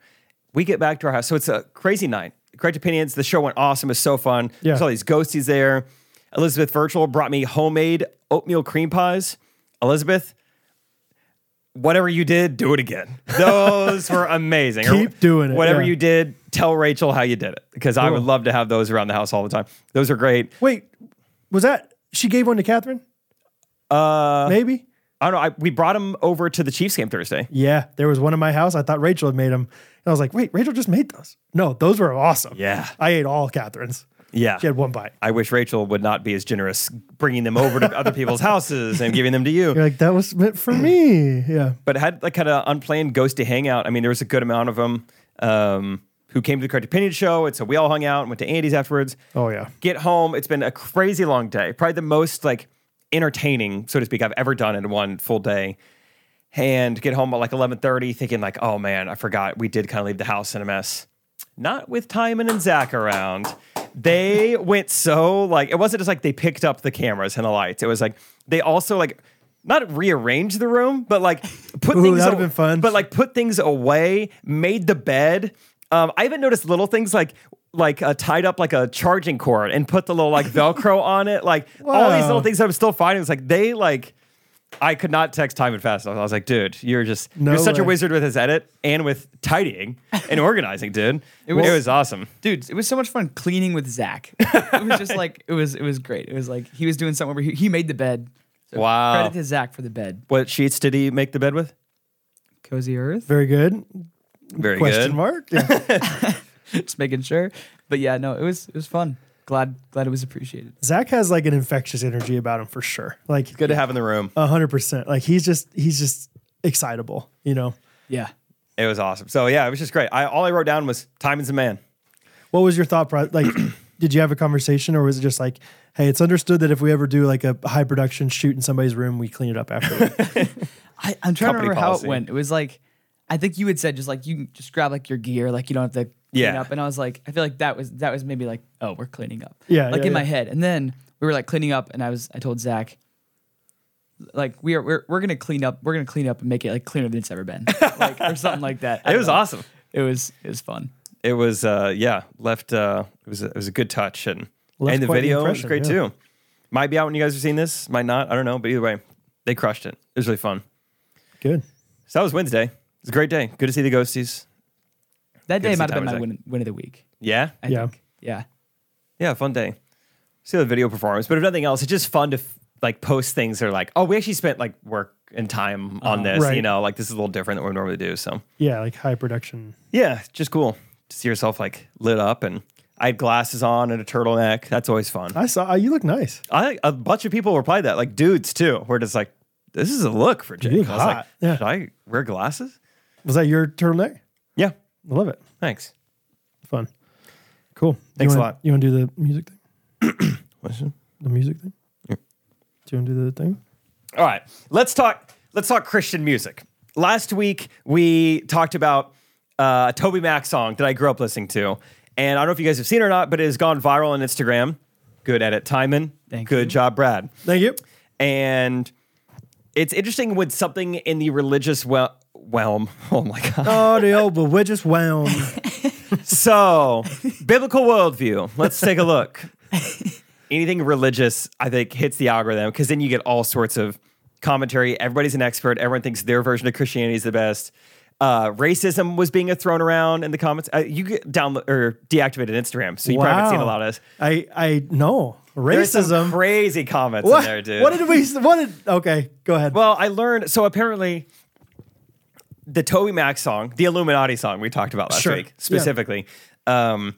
We get back to our house, so it's a crazy night. Correct opinions. The show went awesome. It's so fun. Yeah. There's all these ghosties there. Elizabeth Virtual brought me homemade oatmeal cream pies. Elizabeth, whatever you did, do it again. Those were amazing. Or Keep doing it, Whatever yeah. you did, tell Rachel how you did it because I would love to have those around the house all the time. Those are great. Wait, was that, she gave one to Catherine? Uh, Maybe? I don't know. I, we brought them over to the Chiefs game Thursday. Yeah, there was one in my house. I thought Rachel had made them. And I was like, wait, Rachel just made those. No, those were awesome. Yeah. I ate all Catherine's. Yeah. She had one bite. I wish Rachel would not be as generous bringing them over to other people's houses and giving them to you. You're like, that was meant for me. Yeah. but had like kind of unplanned ghosty hangout. I mean, there was a good amount of them. um, who came to the Correct Opinion show. And so we all hung out and went to Andy's afterwards. Oh, yeah. Get home. It's been a crazy long day. Probably the most like entertaining, so to speak, I've ever done in one full day. And get home at like 11:30, thinking like, oh man, I forgot we did kind of leave the house in a mess. Not with Timon and Zach around. They went so like it wasn't just like they picked up the cameras and the lights. It was like they also like not rearranged the room, but like put Ooh, things that'd've aw- been fun. But like put things away, made the bed. Um, I even noticed little things like like uh, tied up like a charging cord and put the little like Velcro on it. Like all these Wow. little things that I'm still finding. It's like they like I could not text time and fast enough. I was like, dude, you're just No you're such a way. wizard with his edit and with tidying and organizing, dude. It was, was- awesome. dude, it was so much fun cleaning with Zach. It was just like it was it was great. It was like he was doing something where he, he made the bed. So Wow. Credit to Zach for the bed. What sheets did he make the bed with? Cozy Earth. Very good. Very Question good. mark. Yeah. just making sure. But yeah, no, it was it was fun. Glad glad it was appreciated. Zach has like an infectious energy about him for sure. Like Good to have in the room. a hundred percent. Like he's just he's just excitable. You know. Yeah. It was awesome. So yeah, it was just great. I all I wrote down was time is a man. What was your thought process? Like, did you have a conversation, or was it just like, hey, it's understood that if we ever do like a high production shoot in somebody's room, we clean it up afterward. I, I'm trying to Company remember how policy. it went. It was like I think you had said just like you can just grab like your gear, like you don't have to clean Yeah. up. And I was like, I feel like that was that was maybe like, oh, we're cleaning up. Yeah, Like yeah, in my yeah. head. And then we were like cleaning up and I was I told Zach like we are we're, we're gonna clean up we're gonna clean up and make it like cleaner than it's ever been. like or something like that. I It don't was know. awesome. It was it was fun. It was uh yeah, left uh it was a, it was a good touch and Left and the quite the video was impression, great yeah. too. Might be out when you guys are seeing this, might not, I don't know, but either way, they crushed it. It was really fun. Good. So that was Wednesday. It was a great day. Good to see the ghosties. That Good to day see might have Tyler been my Zach. win, win of the week. Yeah. I Yeah. think. Yeah. Yeah, fun day. See the video performance, but if nothing else, it's just fun to f- like post things that are like, oh, we actually spent like work and time on this. You Uh-huh. Right. know, like this is a little different than we normally do. So Yeah, like high production. yeah, it's just cool to see yourself like lit up and I had glasses on and a turtleneck. That's always fun. I saw you look nice. I a bunch of people replied that, like dudes too, were just like, this is a look for Jake. You look I was like, hot. Yeah. should I wear glasses? Was that your turtleneck? Yeah. I love it. Thanks. Fun. Cool. Thanks a you wanna, lot. You want to do the music thing? What's it? The music thing? Do you want to do the thing? All right, let's talk. Let's talk Christian music. Last week we talked about uh, a Toby Mac song that I grew up listening to, and I don't know if you guys have seen it or not, but it has gone viral on Instagram. Good edit, Timon. Thank Good you. job, Brad. Thank you. And it's interesting when something in the religious well- realm. Oh my god! Oh, the old religious whelm. So, biblical worldview. Let's take a look. Anything religious, I think, hits the algorithm because then you get all sorts of commentary. Everybody's an expert. Everyone thinks their version of Christianity is the best. Uh, racism was being thrown around in the comments. Uh, you get download or deactivated Instagram, so you probably haven't seen a lot of this. I I know There's racism. some crazy comments what, in there, dude. what did we? What did? Okay, go ahead. Well, I learned so apparently the Toby Mac song, the Illuminati song we talked about last Sure. week Yeah. specifically, um,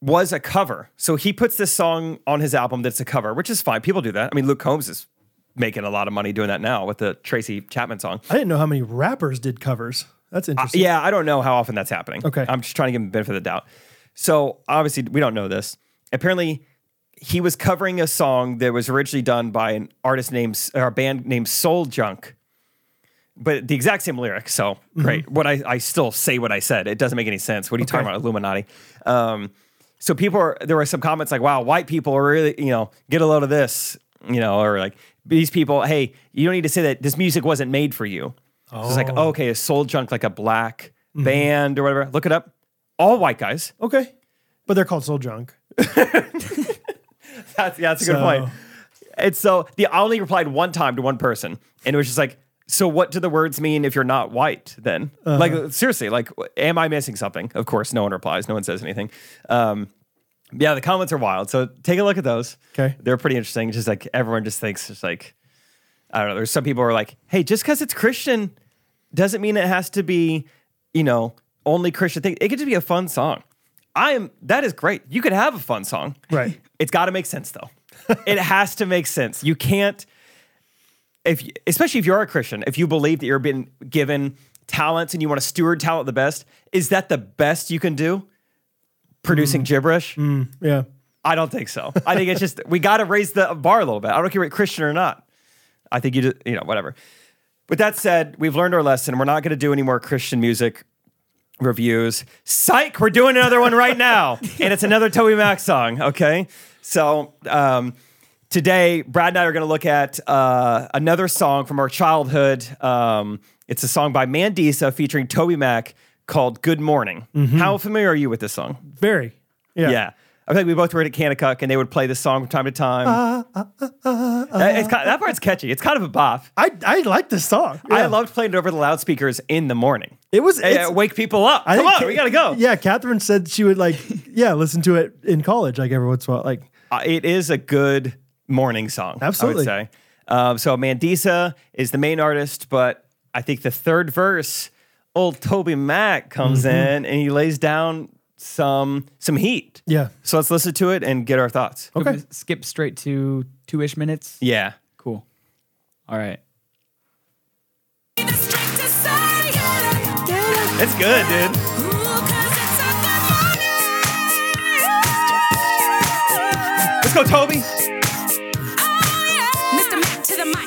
was a cover. So he puts this song on his album that's a cover, which is fine. People do that. I mean, Luke Combs is making a lot of money doing that now with the Tracy Chapman song. I didn't know how many rappers did covers. That's Uh, interesting. Yeah, I don't know how often that's happening. Okay. I'm just trying to give him the benefit of the doubt. So obviously, we don't know this. Apparently, he was covering a song that was originally done by an artist named or a band named Soul Junk, but the exact same lyrics. So great. What I, I still say what I said. It doesn't make any sense. What are you talking about, Illuminati? Um, so people are there were some comments like, "Wow, white people are really you know get a load of this," you know, or like these people. Hey, you don't need to say that this music wasn't made for you. So it's like, okay, a soul junk like a black band or whatever. Look it up. All white guys. Okay, but they're called soul junk. That's yeah, that's a good So- point. And so the I only replied one time to one person, and it was just like, so what do the words mean if you're not white? Then, like seriously, like am I missing something? Of course, no one replies, no one says anything. Um, yeah, the comments are wild. So take a look at those. 'Kay. they're pretty interesting. Just like everyone just thinks, just like I don't know. There's some people who are like, hey, just because it's Christian doesn't mean it has to be, you know, only Christian thing. It could just be a fun song. I am. That is great. You could have a fun song. Right. It's got to make sense though. it has to make sense. You can't if especially if you're a Christian, if you believe that you're being given talents and you want to steward talent the best, is that the best you can do? Producing gibberish? Yeah. I don't think so. I think it's just we got to raise the bar a little bit. I don't care if you're Christian or not. I think you just, you know, whatever. With that said, we've learned our lesson. We're not going to do any more Christian music reviews. Psych, we're doing another one right now. and it's another Toby Mac song, okay? So, um, today, Brad and I are going to look at uh, another song from our childhood. Um, it's a song by Mandisa featuring Toby Mac called Good Morning. How familiar are you with this song? Very. Yeah. Yeah. I think we both were at Kanakuk and they would play this song from time to time. uh, Uh, it's kind- that part's catchy. It's kind of a bop. I, I like this song. I Yeah. loved playing it over the loudspeakers in the morning. it. Was Hey, it's- uh, wake people up. I Come think on, Ca- we gotta go. Yeah, Catherine said she would like yeah listen to it in college like every once in a while. Like Uh, it is a good morning song. Absolutely. I would say. Um, so Mandisa is the main artist, but I think the third verse, old Toby Mac comes Mm-hmm. in and he lays down some some heat. Yeah. So let's listen to it and get our thoughts. Can Okay. we Skip straight to two ish minutes. Yeah. Cool. All right. It's good, dude. Let's go, Toby.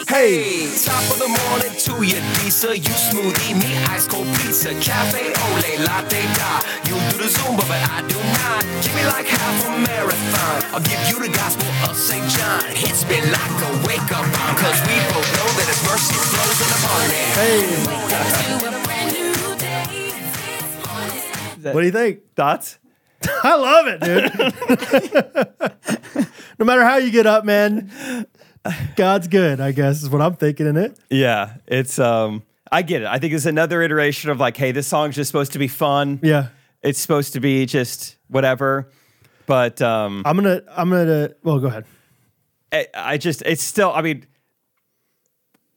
Hey, top of the morning to your Disa. You smoothie, me ice cold pizza, cafe ole latte da. You do the Zumba, but I do not. Give me like half a marathon. I'll give you the gospel of St. John. Hits me like a wake up bomb, cause we both know that His mercy flows in the morning. What do you think? Thoughts? I love it, dude. no matter how you get up, man, God's good. I guess is what I'm thinking in it. Yeah, it's um I get it. I think it's another iteration of like, hey, this song's just supposed to be fun. Yeah, It's supposed to be just whatever. But um I'm gonna I'm gonna. Well, go ahead. I, I just it's still I mean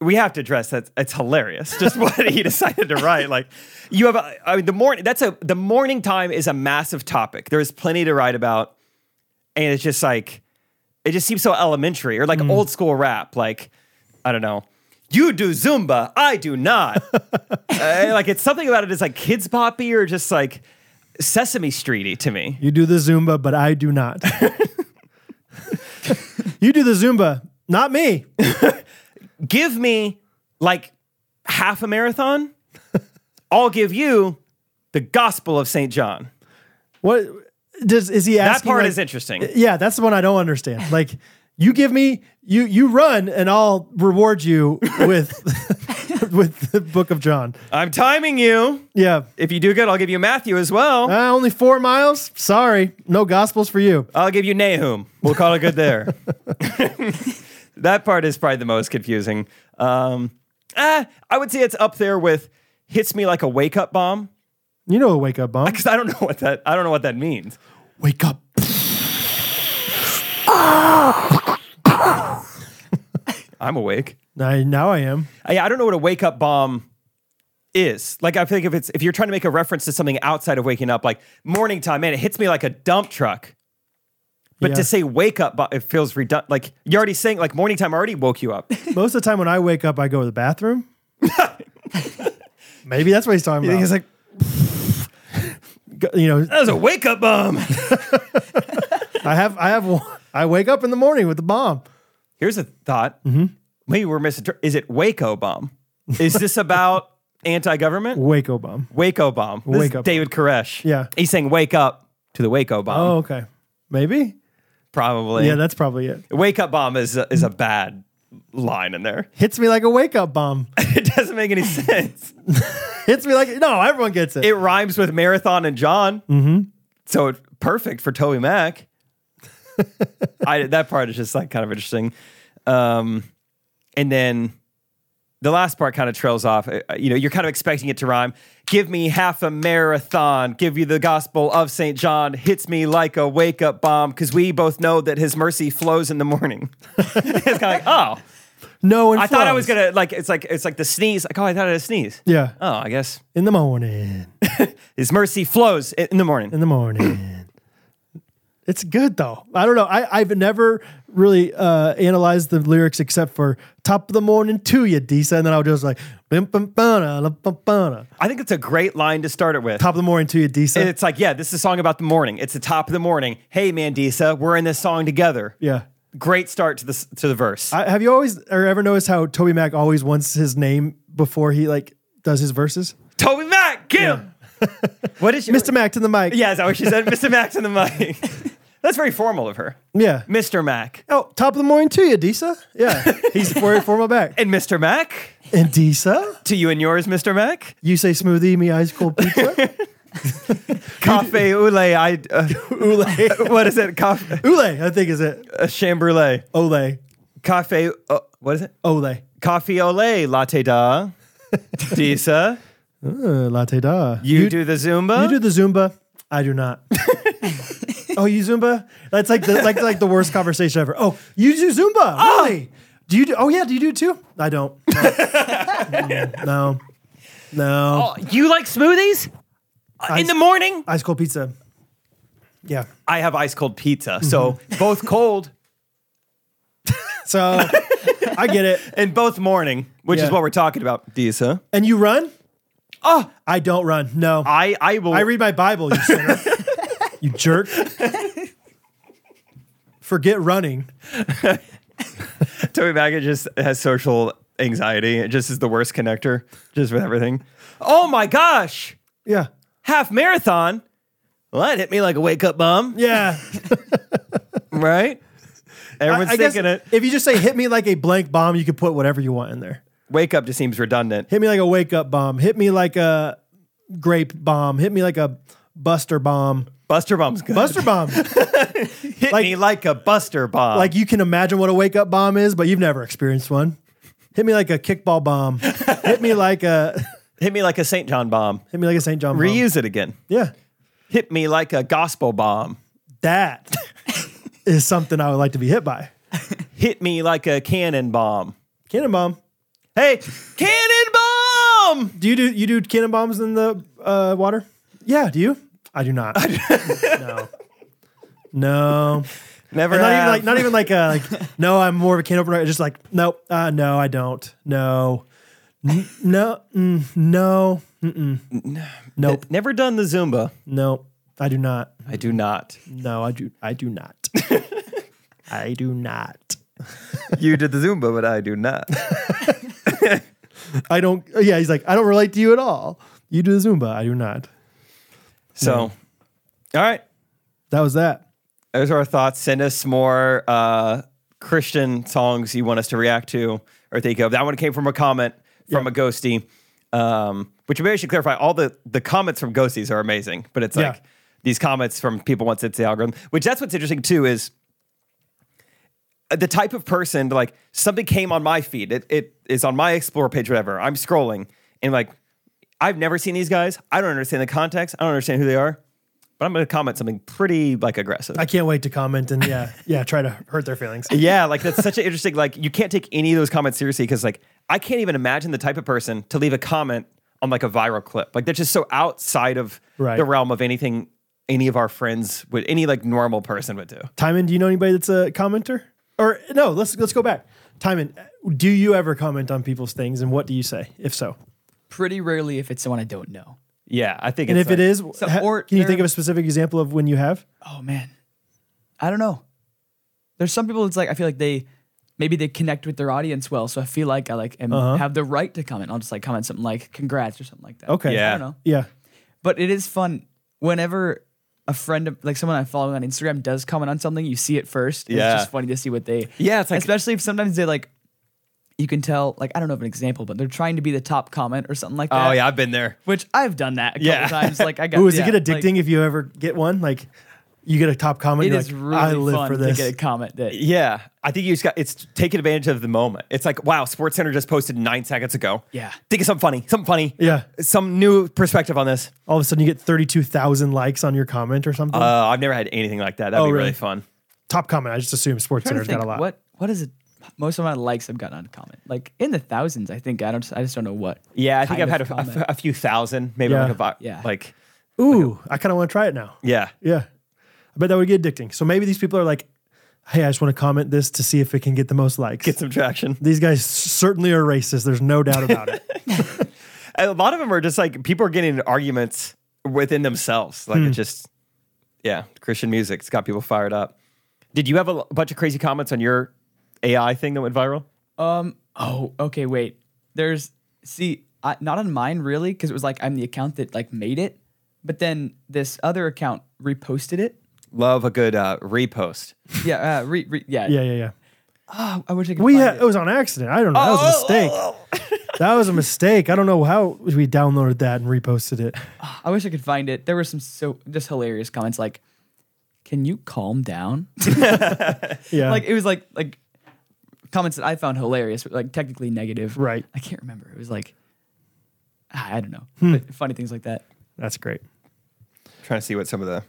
we have to address that it's hilarious just what he decided to write like you have a- I mean the morning that's a the morning time is a massive topic there's plenty to write about and it's just like it just seems so elementary or like old school rap like I don't know you do zumba I do not Uh, like it's something about it is like kids poppy or just like Sesame Streety to me You do the Zumba, but I do not. you do the Zumba, not me. give me like half a marathon, I'll give you the Gospel of St. John. What does is he That asking? part like- is interesting. Yeah, that's the one I don't understand. Like, you give me you you run, and I'll reward you with with the Book of John. I'm timing you. Yeah, If you do good, I'll give you Matthew as well. uh, only four miles. Sorry, no Gospels for you. I'll give you Nahum. We'll call it good there. that part is probably the most confusing. Um, ah, I would say it's up there with hits me like a wake up bomb You know a wake up bomb. because I don't know what that I don't know what that means. Wake up. I'm awake. I, now I am. Uh, I, I don't know what a wake up bomb is. Like I think if it's if you're trying to make a reference to something outside of waking up, like morning time, man, it hits me like a dump truck. But Yeah. to say wake up, bo- it feels redundant. Like you're already saying like morning time already woke you up. You Most of the time when I wake up, I go to the bathroom. Maybe that's what he's talking about. think it's like Go- you know, that was a wake up bomb. I have, I have, one- I wake up in the morning with the bomb. Here's a thought. Mm-hmm. Maybe we're missing. Is it Waco bomb? Is this about anti government? Wake up bomb. Waco bomb. This Wake is up David Koresh. Yeah. he's saying wake up to the Waco bomb. Oh, okay. Maybe. probably. Yeah, that's probably it. wake up bomb is a, is a bad line in there. Hits me like a wake up bomb. it doesn't make any sense. Hits me like no, everyone gets it. It rhymes with marathon and John, mm-hmm. so it's perfect for Toby Mac. I that part is just like kind of interesting, um, and then the last part kind of trails off. Uh, You know, you're kind of expecting it to rhyme. Give me half a marathon. Give you the gospel of Saint John. Hits me like a wake up bomb because we both know that His mercy flows in the morning. it's kind of like oh. no, and I thought I flows. was gonna like it's like it's like the sneeze. Like, oh, I thought I had a sneeze. Yeah, Oh, I guess in the morning, his mercy flows in in the morning. in the morning. It's good though. I don't know. I, I've never really uh, analyzed the lyrics except for "Top of the morning to you, Disa," and then I was just like, bim, bim, bana, la, bum, bana. I think it's a great line to start it with. "Top of the morning to you, Disa." And it's like, yeah, this is a song about the morning. It's the top of the morning. Hey, Mandisa, we're in this song together. yeah. Great start to the to the verse. I, have you always or ever noticed how Toby Mac always wants his name before he like does his verses? Toby Mac, get him. what is your, Mr. Mac to the mic. Yeah, is that what she said? Mr. Mac in the mic. That's very formal of her. Yeah. Mr. Mac Oh, top of the morning to you, Disa. Yeah. He's very formal back. and Mr. Mac And Disa, to you and yours, Mr. Mac. you say smoothie, me ice cold pizza. Cafe ole, I uh, Ule. what is it? Cafe Ule, I think is it. uh, chambrule. Ole. Cafe uh, what is it? Ole. Coffee ole latte da. Disa, Uh, latte da. you, do the zumba. You do the Zumba. I do not. oh, you Zumba? That's like the like like the worst conversation ever. Oh, you do Zumba? Really? Do you do? Oh yeah, do you do it too? I don't. No. no. Oh, you like smoothies Uh, in the morning? Ice cold pizza. Yeah. I have ice cold pizza, so both cold So I get it. and both morning, which is Yeah. what we're talking about. Disa, And you run? Oh, I don't run. No. I, I I will. read my Bible, you sinner. you jerk. Forget running. Toby Baggett just has social anxiety. It just is the worst connector, just with everything. Oh my gosh, Yeah. half marathon. Well, that hit me like a wake up bomb, Yeah. right? Everyone's I guess thinking it. If you just say hit me like a blank bomb, you could put whatever you want in there. Wake up just seems redundant. Hit me like a wake up bomb. Hit me like a grape bomb. Hit me like a buster bomb. Buster bomb's good. Buster bomb. hit me like a buster bomb. like you can imagine what a wake up bomb is, but you've never experienced one. Hit me like a kickball bomb. hit me like a hit me like a St. John bomb. hit me like a St. John bomb. Reuse it again. Yeah. Hit me like a gospel bomb. That is something I would like to be hit by. Hit me like a cannon bomb. Cannon bomb. Hey, cannon bomb! Do you do you do cannon bombs in the uh, water? Yeah, do you? I do not. no. No. Never And not even have. like not even like uh like no, I'm more of a can opener. Just like nope, uh, no, I don't. No, N- no, mm, no, mm-mm. nope, Never done the Zumba. no, I do not. I do not. No, I do, I do not. I do not. You did the Zumba, but I do not. I don't. Yeah, he's like, I don't relate to you at all. You do the Zumba. I do not. So, all right. That was that. Those are our thoughts. Send us more uh, Christian songs you want us to react to or think of. That one came from a comment from Yeah. a ghosty, um, which maybe I should clarify. All the, the comments from ghosties are amazing, but it's Yeah. like these comments from people once it's the algorithm, which that's what's interesting too is uh, the type of person like something came on my feed. It, it is on my explore page, whatever. I'm scrolling and like I've never seen these guys. I don't understand the context. I don't understand who they are. But I'm going to comment something pretty like aggressive. I can't wait to comment and yeah, yeah, try to hurt their feelings. Yeah, like that's such an interesting. Like you can't take any of those comments seriously because like I can't even imagine the type of person to leave a comment on like a viral clip. Like that's just so outside of Right. the realm of anything any of our friends would any like normal person would do. Timon, do you know anybody that's a commenter? Or no, let's let's go back. Timon, do you ever comment on people's things, and what do you say if so? Pretty rarely if it's someone I don't know. Yeah, I think. And it's if it like- is, ha- or can you there- think of a specific example of when you have? Oh man, I don't know. There's some people. It's like I feel like they maybe they connect with their audience well, so I feel like I like am, Uh-huh. have the right to comment. I'll just like comment something like "congrats" or something like that. Okay. Yeah. I don't know. Yeah. But it is fun whenever a friend of like someone I follow on Instagram does comment on something, you see it first. and Yeah. It's just funny to see what they Yeah, it's like- especially if sometimes they like you can tell like I don't know of an example, but they're trying to be the top comment or something like that. oh yeah, I've been there. Which I've done that a couple Yeah. times. Like I got Ooh, does yeah, it get like, addicting if you ever get one? Like you get a top comment, It you're is like, really I live fun for to this. get a comment that Yeah, I think you just got it's taking advantage of the moment. It's like wow, Sports Center just posted nine seconds ago. Yeah. think of something funny, something funny. Yeah. some new perspective on this. All of a sudden, you get thirty-two thousand likes on your comment or something. Uh, I've never had anything like that. That'd Oh, be really really? fun. top comment. I just assume Sports trying to Center's got think, a lot. What what is it? Most of my likes I've gotten on comment, like in the thousands. I think I don't. I just don't know what. Yeah, I think kind I've had of a- a, comment. f- a few thousand, maybe Yeah. like a vi- Yeah. like Ooh, I kind of want to try it now. yeah. Yeah. but that would get addicting. So maybe these people are like, hey, I just want to comment this to see if it can get the most likes. Get some traction. these guys certainly are racist. There's no doubt about it. a lot of them are just like people are getting in arguments within themselves. Like it just, yeah, Christian music. It's got people fired up. Did you have a l- bunch of crazy comments on your AI thing that went viral? Um. Oh. Okay. Wait. There's. See. I, not on mine really, because it was like I'm the account that like made it, but then this other account reposted it. Love a good uh, repost. Yeah. Uh, re, re, yeah. Yeah, yeah, yeah. Oh, I wish I could. We find had, it. it was on accident. I don't know. That Oh, was a mistake. That was a mistake. I don't know how we downloaded that and reposted it. I wish I could find it. There were some so just hilarious comments like, "Can you calm down?" Uh-huh. Yeah. like it was like like comments that I found hilarious, but like technically negative. Right. I can't remember. It was like ah, I don't know. Hmm. But funny things like that. That's great. trying to see what some of the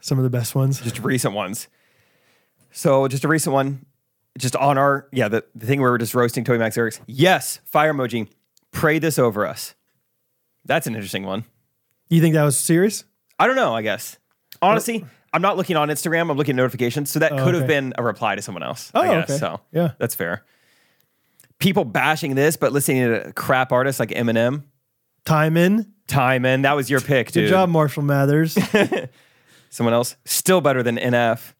Some of the best ones. just recent ones. So just a recent one, just on our yeah the, the thing where we're just roasting Toby Max Eric's. Yes, fire emoji. Pray this over us. That's an interesting one. You think that was serious? I don't know. I guess honestly, I'm not looking on Instagram. I'm looking at notifications, so that could have Oh, okay. been a reply to someone else. I Oh, guess, okay. So Yeah. that's fair. People bashing this, but listening to crap artists like Eminem. Time in. Time in. That was your pick, Good dude. job, Marshall Mathers. Someone else still better than NF.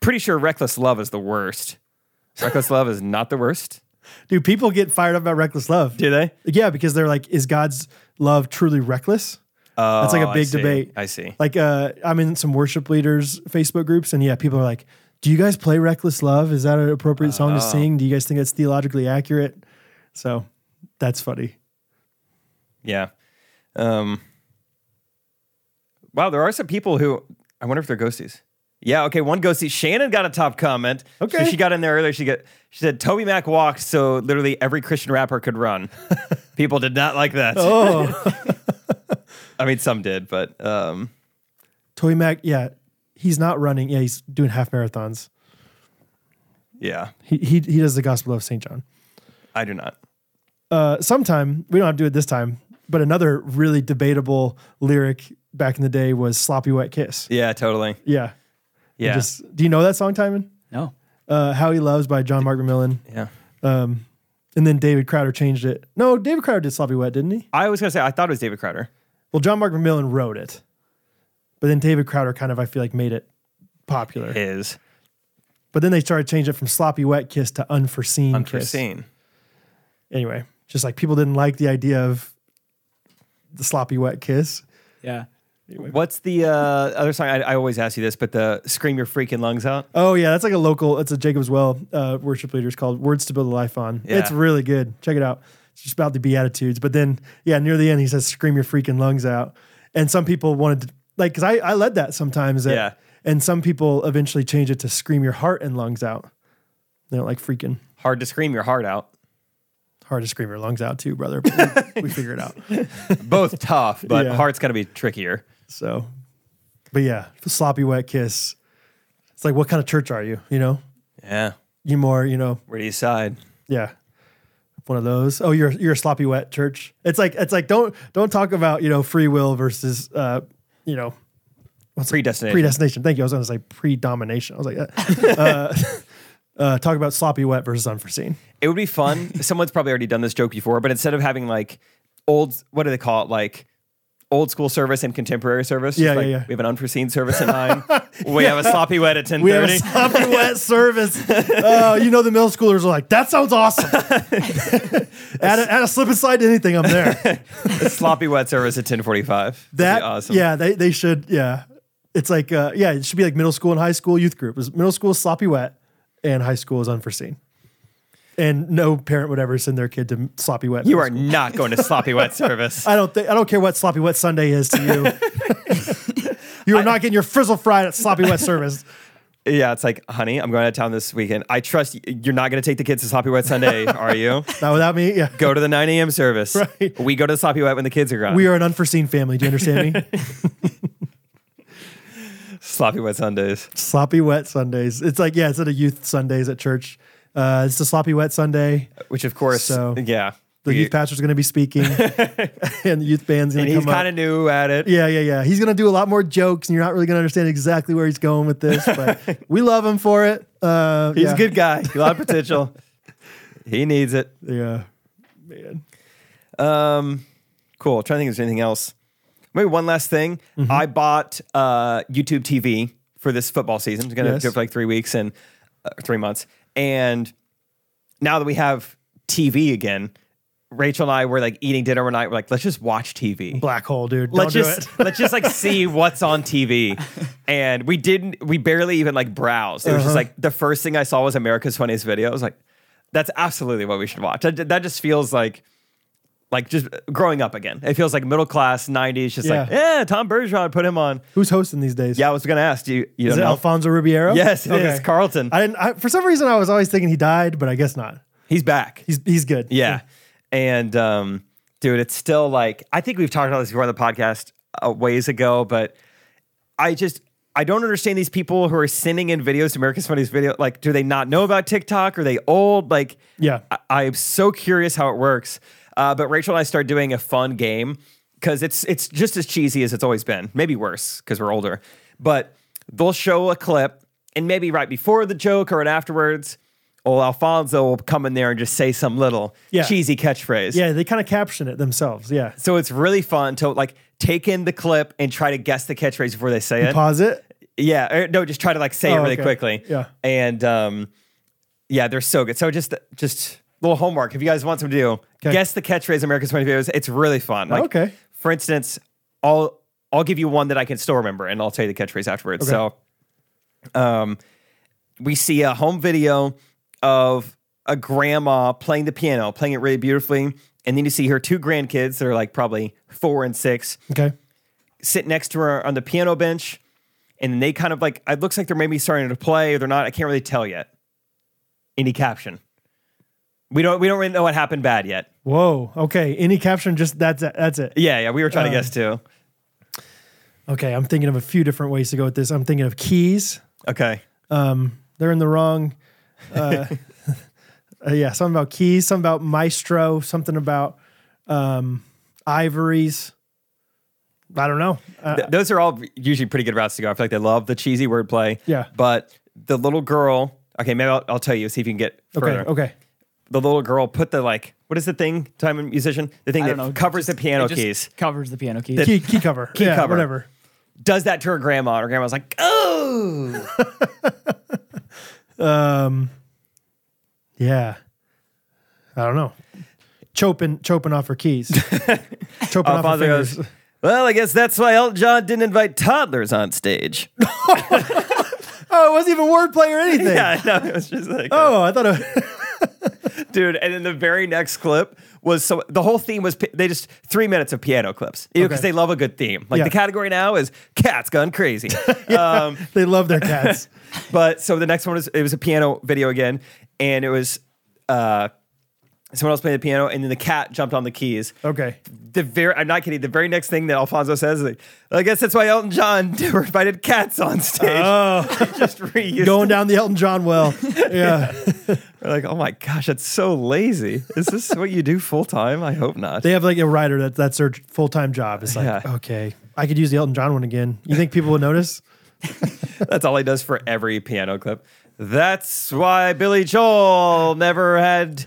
Pretty sure Reckless Love is the worst. Reckless Love is not the worst. Dude, people get fired up about reckless love. Do they? Yeah, because they're like, is God's love truly reckless? That's like Oh, a I big see. debate. I see. Like, uh, I'm in some worship leaders Facebook groups, and yeah, people are like, do you guys play Reckless Love? Is that an appropriate song to sing? Do you guys think that's theologically accurate? So that's funny. Yeah. Um, wow, there are some people who I wonder if they're ghosties. Yeah, okay, one ghostie. Shannon got a top comment. Okay. So she got in there earlier. She got she said Toby Mac walked, so literally every Christian rapper could run. people did not like that. Oh, I mean some did, but um Toy Mac, yeah, he's not running. Yeah, he's doing half marathons. yeah, He, he, he does the Gospel of St. John. I do not. uh, sometime we don't have to do it this time, but another really debatable lyric back in the day was "sloppy wet kiss." Yeah, totally. Yeah, I Yeah. Just, do you know that song, Timon? No. Uh, "How He Loves" by John Mark McMillan, yeah. and then David Crowder changed it. No, David Crowder did "sloppy wet," didn't he? I was gonna say I thought it was David Crowder. Well, John Mark McMillan wrote it, but then David Crowder kind of, I feel like, made it popular. Is But then they started changing it from "sloppy wet kiss" to "unforeseen, kiss." unforeseen. Anyway, just like people didn't like the idea of the sloppy wet kiss. Yeah. What's the uh, other song? I, I always ask you this, but the "Scream Your Freaking Lungs Out." Oh yeah, that's like a local. It's a Jacob's Well uh, worship leader. It's called "Words to Build a Life On." Yeah. It's really good. Check it out. It's just about the Beatitudes. But then, yeah, near the end, he says, "Scream your freaking lungs out," and some people wanted to like because I I led that sometimes. that- Yeah. and some people eventually change it to "Scream your heart and lungs out." They don't like freaking Hard to scream your heart out. hard to scream your lungs out too, brother. But we, we figure it out. Both tough, but Yeah. heart's gotta be trickier. So, but yeah, sloppy wet kiss. It's like, what kind of church are you? You know, Yeah. you more, you know, Where do you side? Yeah. One of those. Oh, you're you're a sloppy wet church. It's like it's like don't don't talk about, you know, free will versus uh, you know, Predestination. predestination. Thank you. I was gonna say predomination. I was like uh, uh, uh, talk about sloppy wet versus unforeseen. it would be fun. Someone's probably already done this joke before, but instead of having like old, what do they call it? Like old school service and contemporary service. just Yeah, yeah, like, yeah. We have an unforeseen service at nine. we have a sloppy wet at ten We have a thirty. sloppy wet service. Oh, you know the middle schoolers are like, that sounds awesome. add, a, add a slip and slide to anything, I'm there. sloppy wet service at ten forty five. That awesome. yeah, they they should yeah. It's like uh, yeah, it should be like middle school and high school youth group. Is middle school is sloppy wet, and high school is unforeseen. And no parent would ever send their kid to sloppy wet. You middle are school. not going to sloppy wet service. I don't think I don't care what sloppy wet Sunday is to you. you are not getting your frizzle fried at sloppy wet service. Yeah, it's like, honey, I'm going out of town this weekend. I trust y- you're not going to take the kids to sloppy wet Sunday, are you? Not without me. Yeah, Go to the nine a.m. service. Right. We go to the sloppy wet when the kids are gone. we are an unforeseen family. Do you understand me? sloppy wet Sundays. sloppy wet Sundays. It's like yeah, it's at a youth Sundays at church. Uh, it's a sloppy wet Sunday. which of course, So- yeah, The Yeah. youth pastor's going to be speaking, and the youth band's going and to he's come up. kind of new at it. Yeah, yeah, yeah. He's going to do a lot more jokes, and you're not really going to understand exactly where he's going with this. But we love him for it. Uh, He's yeah. a good guy. A lot of potential. he needs it. Yeah, man. Um, cool. trying to think if there's anything else. Maybe one last thing. Mm-hmm. I bought uh, YouTube TV for this football season. It's going to Yes. do it for like three weeks and uh, three months. And now that we have TV again, Rachel and I were like eating dinner one night. We're like, let's just watch TV. Black hole, dude. Don't let's do just it. let's just like see what's on TV. And we didn't we barely even like browsed. It was Uh-huh. just like the first thing I saw was America's Funniest Video. I was like, that's absolutely what we should watch. That, that just feels like like just growing up again. It feels like middle class '90s. Just like Yeah. yeah, Tom Bergeron put him on. Who's hosting these days? Yeah, I was gonna ask do you. You is don't it know? Alfonso Ribeiro? Yes, it is. Carlton. I didn't. I, for some reason, I was always thinking he died, but I guess not. He's back. He's he's good. Yeah. And um, dude, it's still like I think we've talked about this before on the podcast a ways ago, but I just I don't understand these people who are sending in videos to America's Funniest Video. Like, do they not know about TikTok? Are they old? Like, Yeah. I, I'm so curious how it works. Uh, but Rachel and I started doing a fun game because it's it's just as cheesy as it's always been, maybe worse because we're older. But they'll show a clip, and maybe right before the joke or right afterwards, old Alfonso will come in there and just say some little Yeah. cheesy catchphrase. yeah. They kind of caption it themselves. Yeah, So it's really fun to like take in the clip and try to guess the catchphrase before they say it. pause it. Yeah, or, no, just try to like say it Oh, really okay. quickly. Yeah. and um, yeah, they're so good. So just just little homework if you guys want some to do. 'Kay. Guess the catchphrase America's Funny Videos. It's really fun. Like, Okay. For instance, I'll I'll give you one that I can still remember, and I'll tell you the catchphrase afterwards. Okay. So, um, we see a home video of a grandma playing the piano, playing it really beautifully, and then you see her two grandkids that are like probably four and six Okay. sit next to her on the piano bench, and they kind of like it looks like they're maybe starting to play or they're not. I can't really tell yet. Any caption? We don't. We don't really know what happened bad yet. Whoa. Okay. Any caption? Just that's it. That's it. Yeah, yeah. We were trying Uh, to guess too. Okay. I'm thinking of a few different ways to go with this. I'm thinking of keys. Okay. Um, they're in the wrong. Uh, uh, yeah. Something about keys. Something about maestro. Something about um, ivories. I don't know. Uh, Th- those are all usually pretty good routes to go. I feel like they love the cheesy wordplay. Yeah. But the little girl. Okay, maybe I'll, I'll tell you. See if you can get okay. further. Okay. The little girl put the like. What is the thing? Time and musician. The thing I that don't know. covers the just- piano it just keys. Covers the piano keys. Key, key cover. key yeah, cover. Whatever. Does that to her grandma. Her grandma's like, oh. Um, yeah. I don't know. Chopin, chopin off her keys. chopin off her Alfonso fingers. Oh, goes, well, I guess that's why Elton John didn't invite toddlers on stage. Oh, it wasn't even wordplay or anything. yeah, no, it was just like, Oh, I thought it dude. And then the very next clip was so the whole theme was pi- they just three minutes of piano clips, you know, because Okay. they love a good theme. Like Yeah. the category now is cats gone crazy. um, they love their cats. but so the next one is it was a piano video again, and it was uh, someone else playing the piano, and then the cat jumped on the keys. Okay. The very I'm not kidding. The very next thing that Alfonso says is, like, I guess that's why Elton John never invited cats on stage. Oh, just reused. going down the Elton John well. Yeah. They're like, oh my gosh, that's so lazy. Is this what you do full time? I hope not. They have like a writer that that's their full time job. It's like, Yeah. okay, I could use the Elton John one again. You think people would notice? That's all he does for every piano clip. That's why Billy Joel never had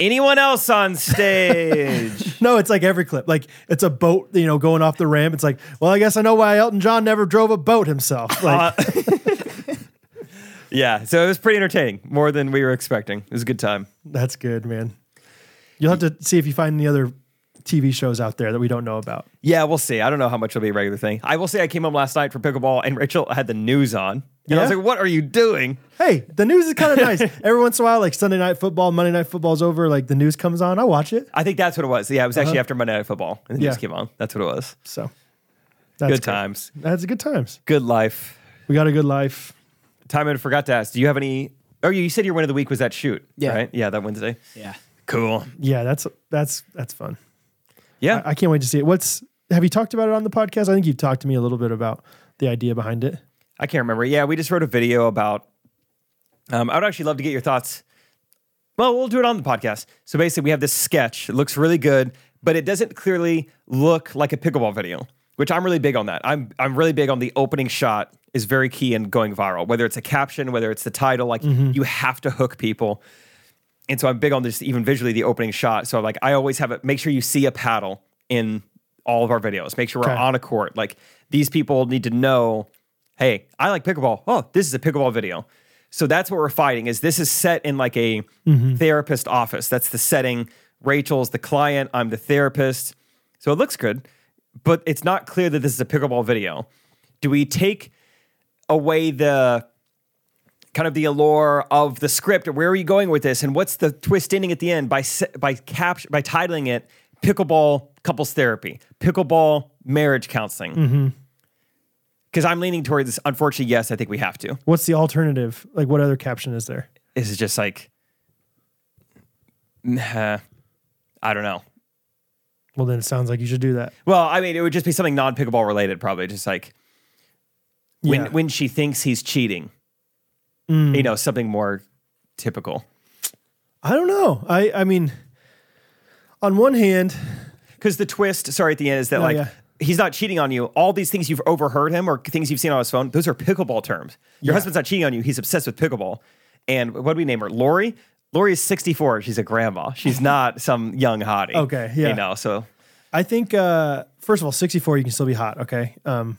anyone else on stage. No, it's like every clip. Like it's a boat, you know, going off the ramp. It's like, well, I guess I know why Elton John never drove a boat himself. Like, yeah, so it was pretty entertaining, more than we were expecting. It was a good time. that's good, man. You'll have to see if you find any other TV shows out there that we don't know about. Yeah, we'll see. I don't know how much will be a regular thing. I will say I came home last night for pickleball and Rachel had the news on. And I was Yeah? like, what are you doing? Hey, the news is kind of nice. Every once in a while, like Sunday night football, Monday night football's over. Like the news comes on, I watch it. I think that's what it was. Yeah, it was actually after Monday Night Football. And the news Uh-huh. Yeah. came on. That's what it was. So that's good times. That's good times. Good life. We got a good life. Timon forgot to ask. Do you have any? Oh, you said your win of the week was that shoot, Yeah. right? Yeah, that Wednesday. Yeah. Cool. Yeah, that's that's that's fun. Yeah, I, I can't wait to see it. What's have you talked about it on the podcast? I think you've talked to me a little bit about the idea behind it. I can't remember. Yeah, we just wrote a video about. Um, I would actually love to get your thoughts Well, we'll do it on the podcast. So basically, we have this sketch. It looks really good, but it doesn't clearly look like a pickleball video, which I'm really big on that. I'm I'm really big on the opening shot is very key in going viral. Whether it's a caption, whether it's the title, like you have to hook people. And so I'm big on this even visually the opening shot. So like I always have it. Make sure you see a paddle in all of our videos. Make sure we're Okay. on a court. Like these people need to know, hey, I like pickleball. Oh, this is a pickleball video. So that's what we're fighting. Is this is set in like a therapist office? That's the setting. Rachel's the client. I'm the therapist. So it looks good, but it's not clear that this is a pickleball video. Do we take away the kind of the allure of the script. Where are you going with this? And what's the twist ending at the end by se- by capt- by titling it pickleball couples therapy, pickleball marriage counseling? Because I'm leaning towards, unfortunately, yes, I think we have to. What's the alternative? Like, what other caption is there? This is just like, nah, I don't know. Well, then it sounds like you should do that. Well, I mean, it would just be something non pickleball related, probably. Just like when Yeah. when she thinks he's cheating, you know, something more typical. I don't know. I I mean, on one hand, because the twist, sorry, at the end is that No, like yeah. he's not cheating on you. All these things you've overheard him or things you've seen on his phone, those are pickleball terms. Your husband's not cheating on you. He's obsessed with pickleball. And what do we name her? Lori. Lori is 64. She's a grandma. She's not some young hottie. Okay, yeah. You know, so I think uh, first of all, sixty four, you can still be hot. Okay, um,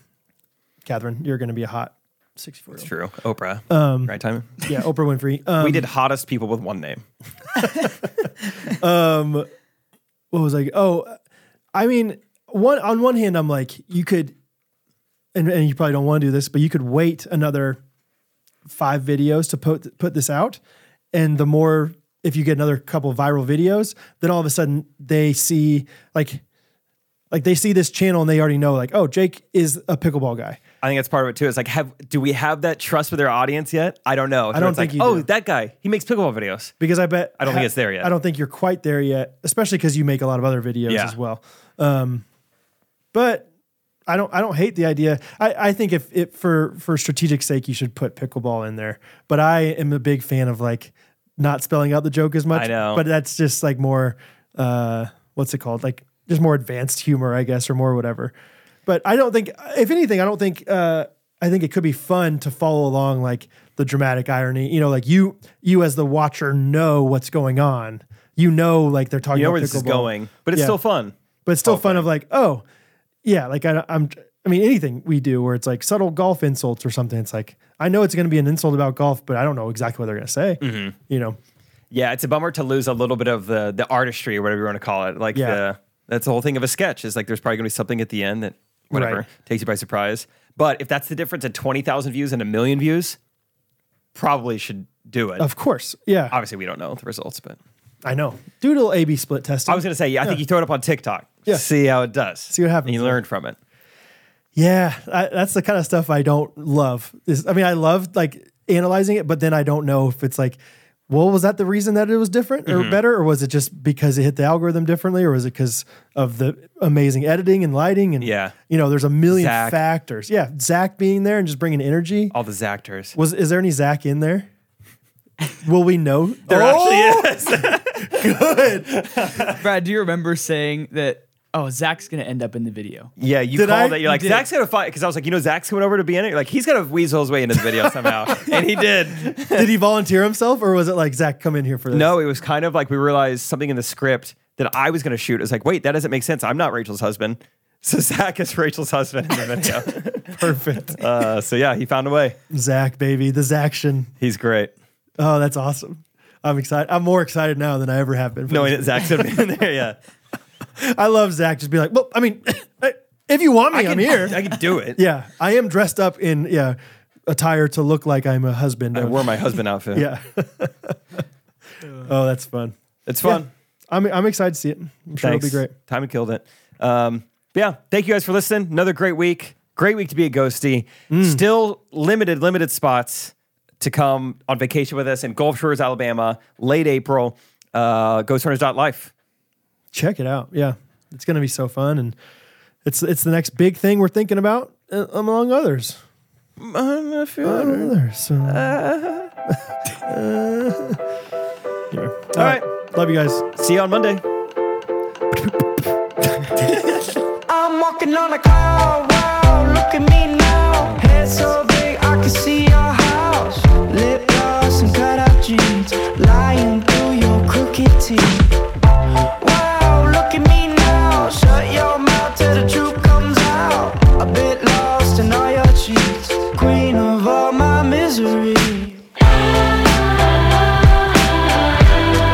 Catherine, you're going to be a hot sixty four. true. Oprah. Um, right time. Yeah, Oprah Winfrey. Um, we did hottest people with one name. what was like oh i mean one on one hand i'm like you could and, and you probably don't want to do this but you could wait another five videos to put put this out and the more if you get another couple viral videos then all of a sudden they see like like they see this channel and they already know like oh jake is a pickleball guy I think that's part of it too. It's like, have do we have that trust with our audience yet? I don't know. I don't it's think like, you oh, do. that guy. He makes pickleball videos. because i bet i don't think it's there yet. i don't think you're quite there yet especially because you make a lot of other videos Yeah. as well Um, but I don't I don't hate the idea. I, I think if it for for strategic sake you should put pickleball in there. But I am a big fan of like not spelling out the joke as much. I know. But that's just like more uh what's it called? Like just more advanced humor, I guess, or more whatever. But I don't think if anything, I don't think uh I think it could be fun to follow along like the dramatic irony. You know, like you you as the watcher know what's going on. You know like they're talking You know about where this is pickleball. going, but it's Yeah still fun. but it's still fun of like, oh, yeah, like I, I'm, I mean, anything we do where it's like subtle golf insults or something, it's like, I know it's going to be an insult about golf, but I don't know exactly what they're going to say, Mm-hmm. you know? Yeah, it's a bummer to lose a little bit of the the artistry or whatever you want to call it. Like Yeah. the that's the whole thing of a sketch is like there's probably gonna be something at the end that whatever Right. takes you by surprise. But if that's the difference at twenty thousand views and a million views, probably should do it. Of course. Yeah. Obviously, we don't know the results, but I know. Do a little A B split testing. I was gonna say, yeah, I think you throw it up on TikTok, Yeah. see how it does, see what happens, and you yeah. learn from it. yeah. I, that's the kind of stuff I don't love. Is, I mean, I love like analyzing it, but then I don't know if it's like, well, was that the reason that it was different Mm-hmm. or better? Or was it just because it hit the algorithm differently? Or was it because of the amazing editing and lighting? And, Yeah. you know, there's a million Zach. Oh. factors. Yeah. Zach being there and just bringing energy. All the Zactors. Was is there any Zach in there? Will we know? There oh! actually is. Brad, do you remember saying that? Oh, Zach's gonna end up in the video. Yeah, you Did called I? it. You're like, You did. Zach's gonna fight because I was like, you know, Zach's coming over to be in it. You're like, he's gonna weasel his way into the video somehow, and he did. Did he volunteer himself, or was it like Zach come in here for this? Oh. No, it was kind of like we realized something in the script that I was going to shoot. It's like, wait, that doesn't make sense. I'm not Rachel's husband. So Zach is Rachel's husband in the video. perfect. uh, so yeah, he found a way. Zach, baby, the Zaction. He's great. Oh, that's awesome. I'm excited. I'm more excited now than I ever have been. for Knowing this. that Zach's gonna be in there, yeah. I love Zach. Just be like, well, I mean, if you want me, I'm here. I can do it. yeah, I am dressed up in yeah attire to look like I'm a husband. I of- wore my husband outfit. yeah. oh, that's fun. It's fun. I'm I'm excited to see it. I'm sure Thanks. it'll be great. Time and killed it. Um, but yeah, thank you guys for listening. Another great week. Great week to be a ghosty. Mm. Still limited, limited spots to come on vacation with us in Gulf Shores, Alabama, late April. Uh, ghostrunners.life. check it out. Yeah, it's going to be so fun, and it's it's the next big thing we're thinking about, uh, among others. Among others. so- Uh, anyway. All Uh-huh. right. right. Love you guys. See you on Monday. I'm walking on a cloud, wow, look at me now. Head so big, I can see your house. Lip gloss and cut out jeans, lying through your crooked teeth. Wow, look at me now. Shut your mouth till the truth comes out. A bit lost in all your cheats, queen of all my misery.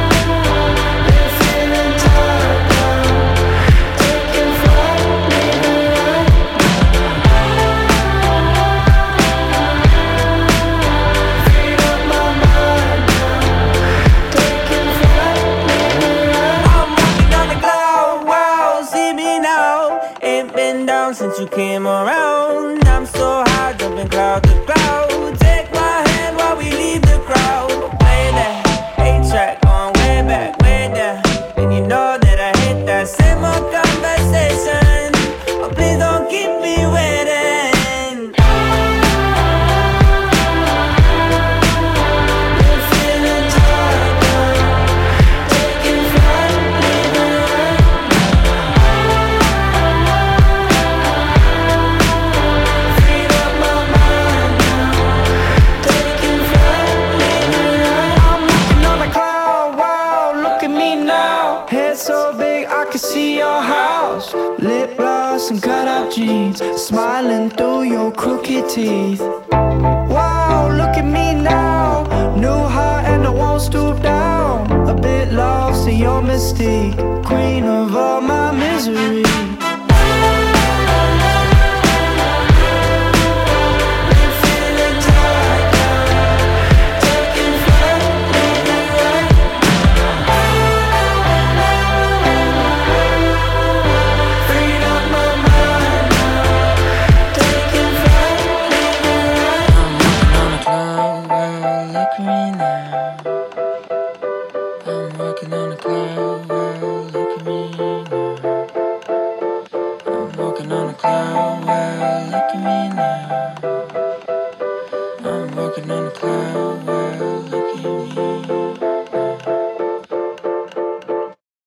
Been feeling tired down, taking flight. I'm walking on the cloud, wow, see me now. Ain't been down since you came around. I'm so high, jumping cloud to cloud. Take my hand while we leave the crowd. Play that eight track on way back, way down. And you know that I hate that same old conversation. Oh, please don't keep me waiting. Been feeling tired down, taking flight, leaving right. Freed up my mind now, taking flight, leaving right. I'm looking on a cloud, wow, look at me now. Head so big I can see your house. Lip gloss and cut out jeans, smiling through your crooked teeth. Wow, look at me now. New high and I won't stoop down. A bit lost in your mystique, queen of all my misery.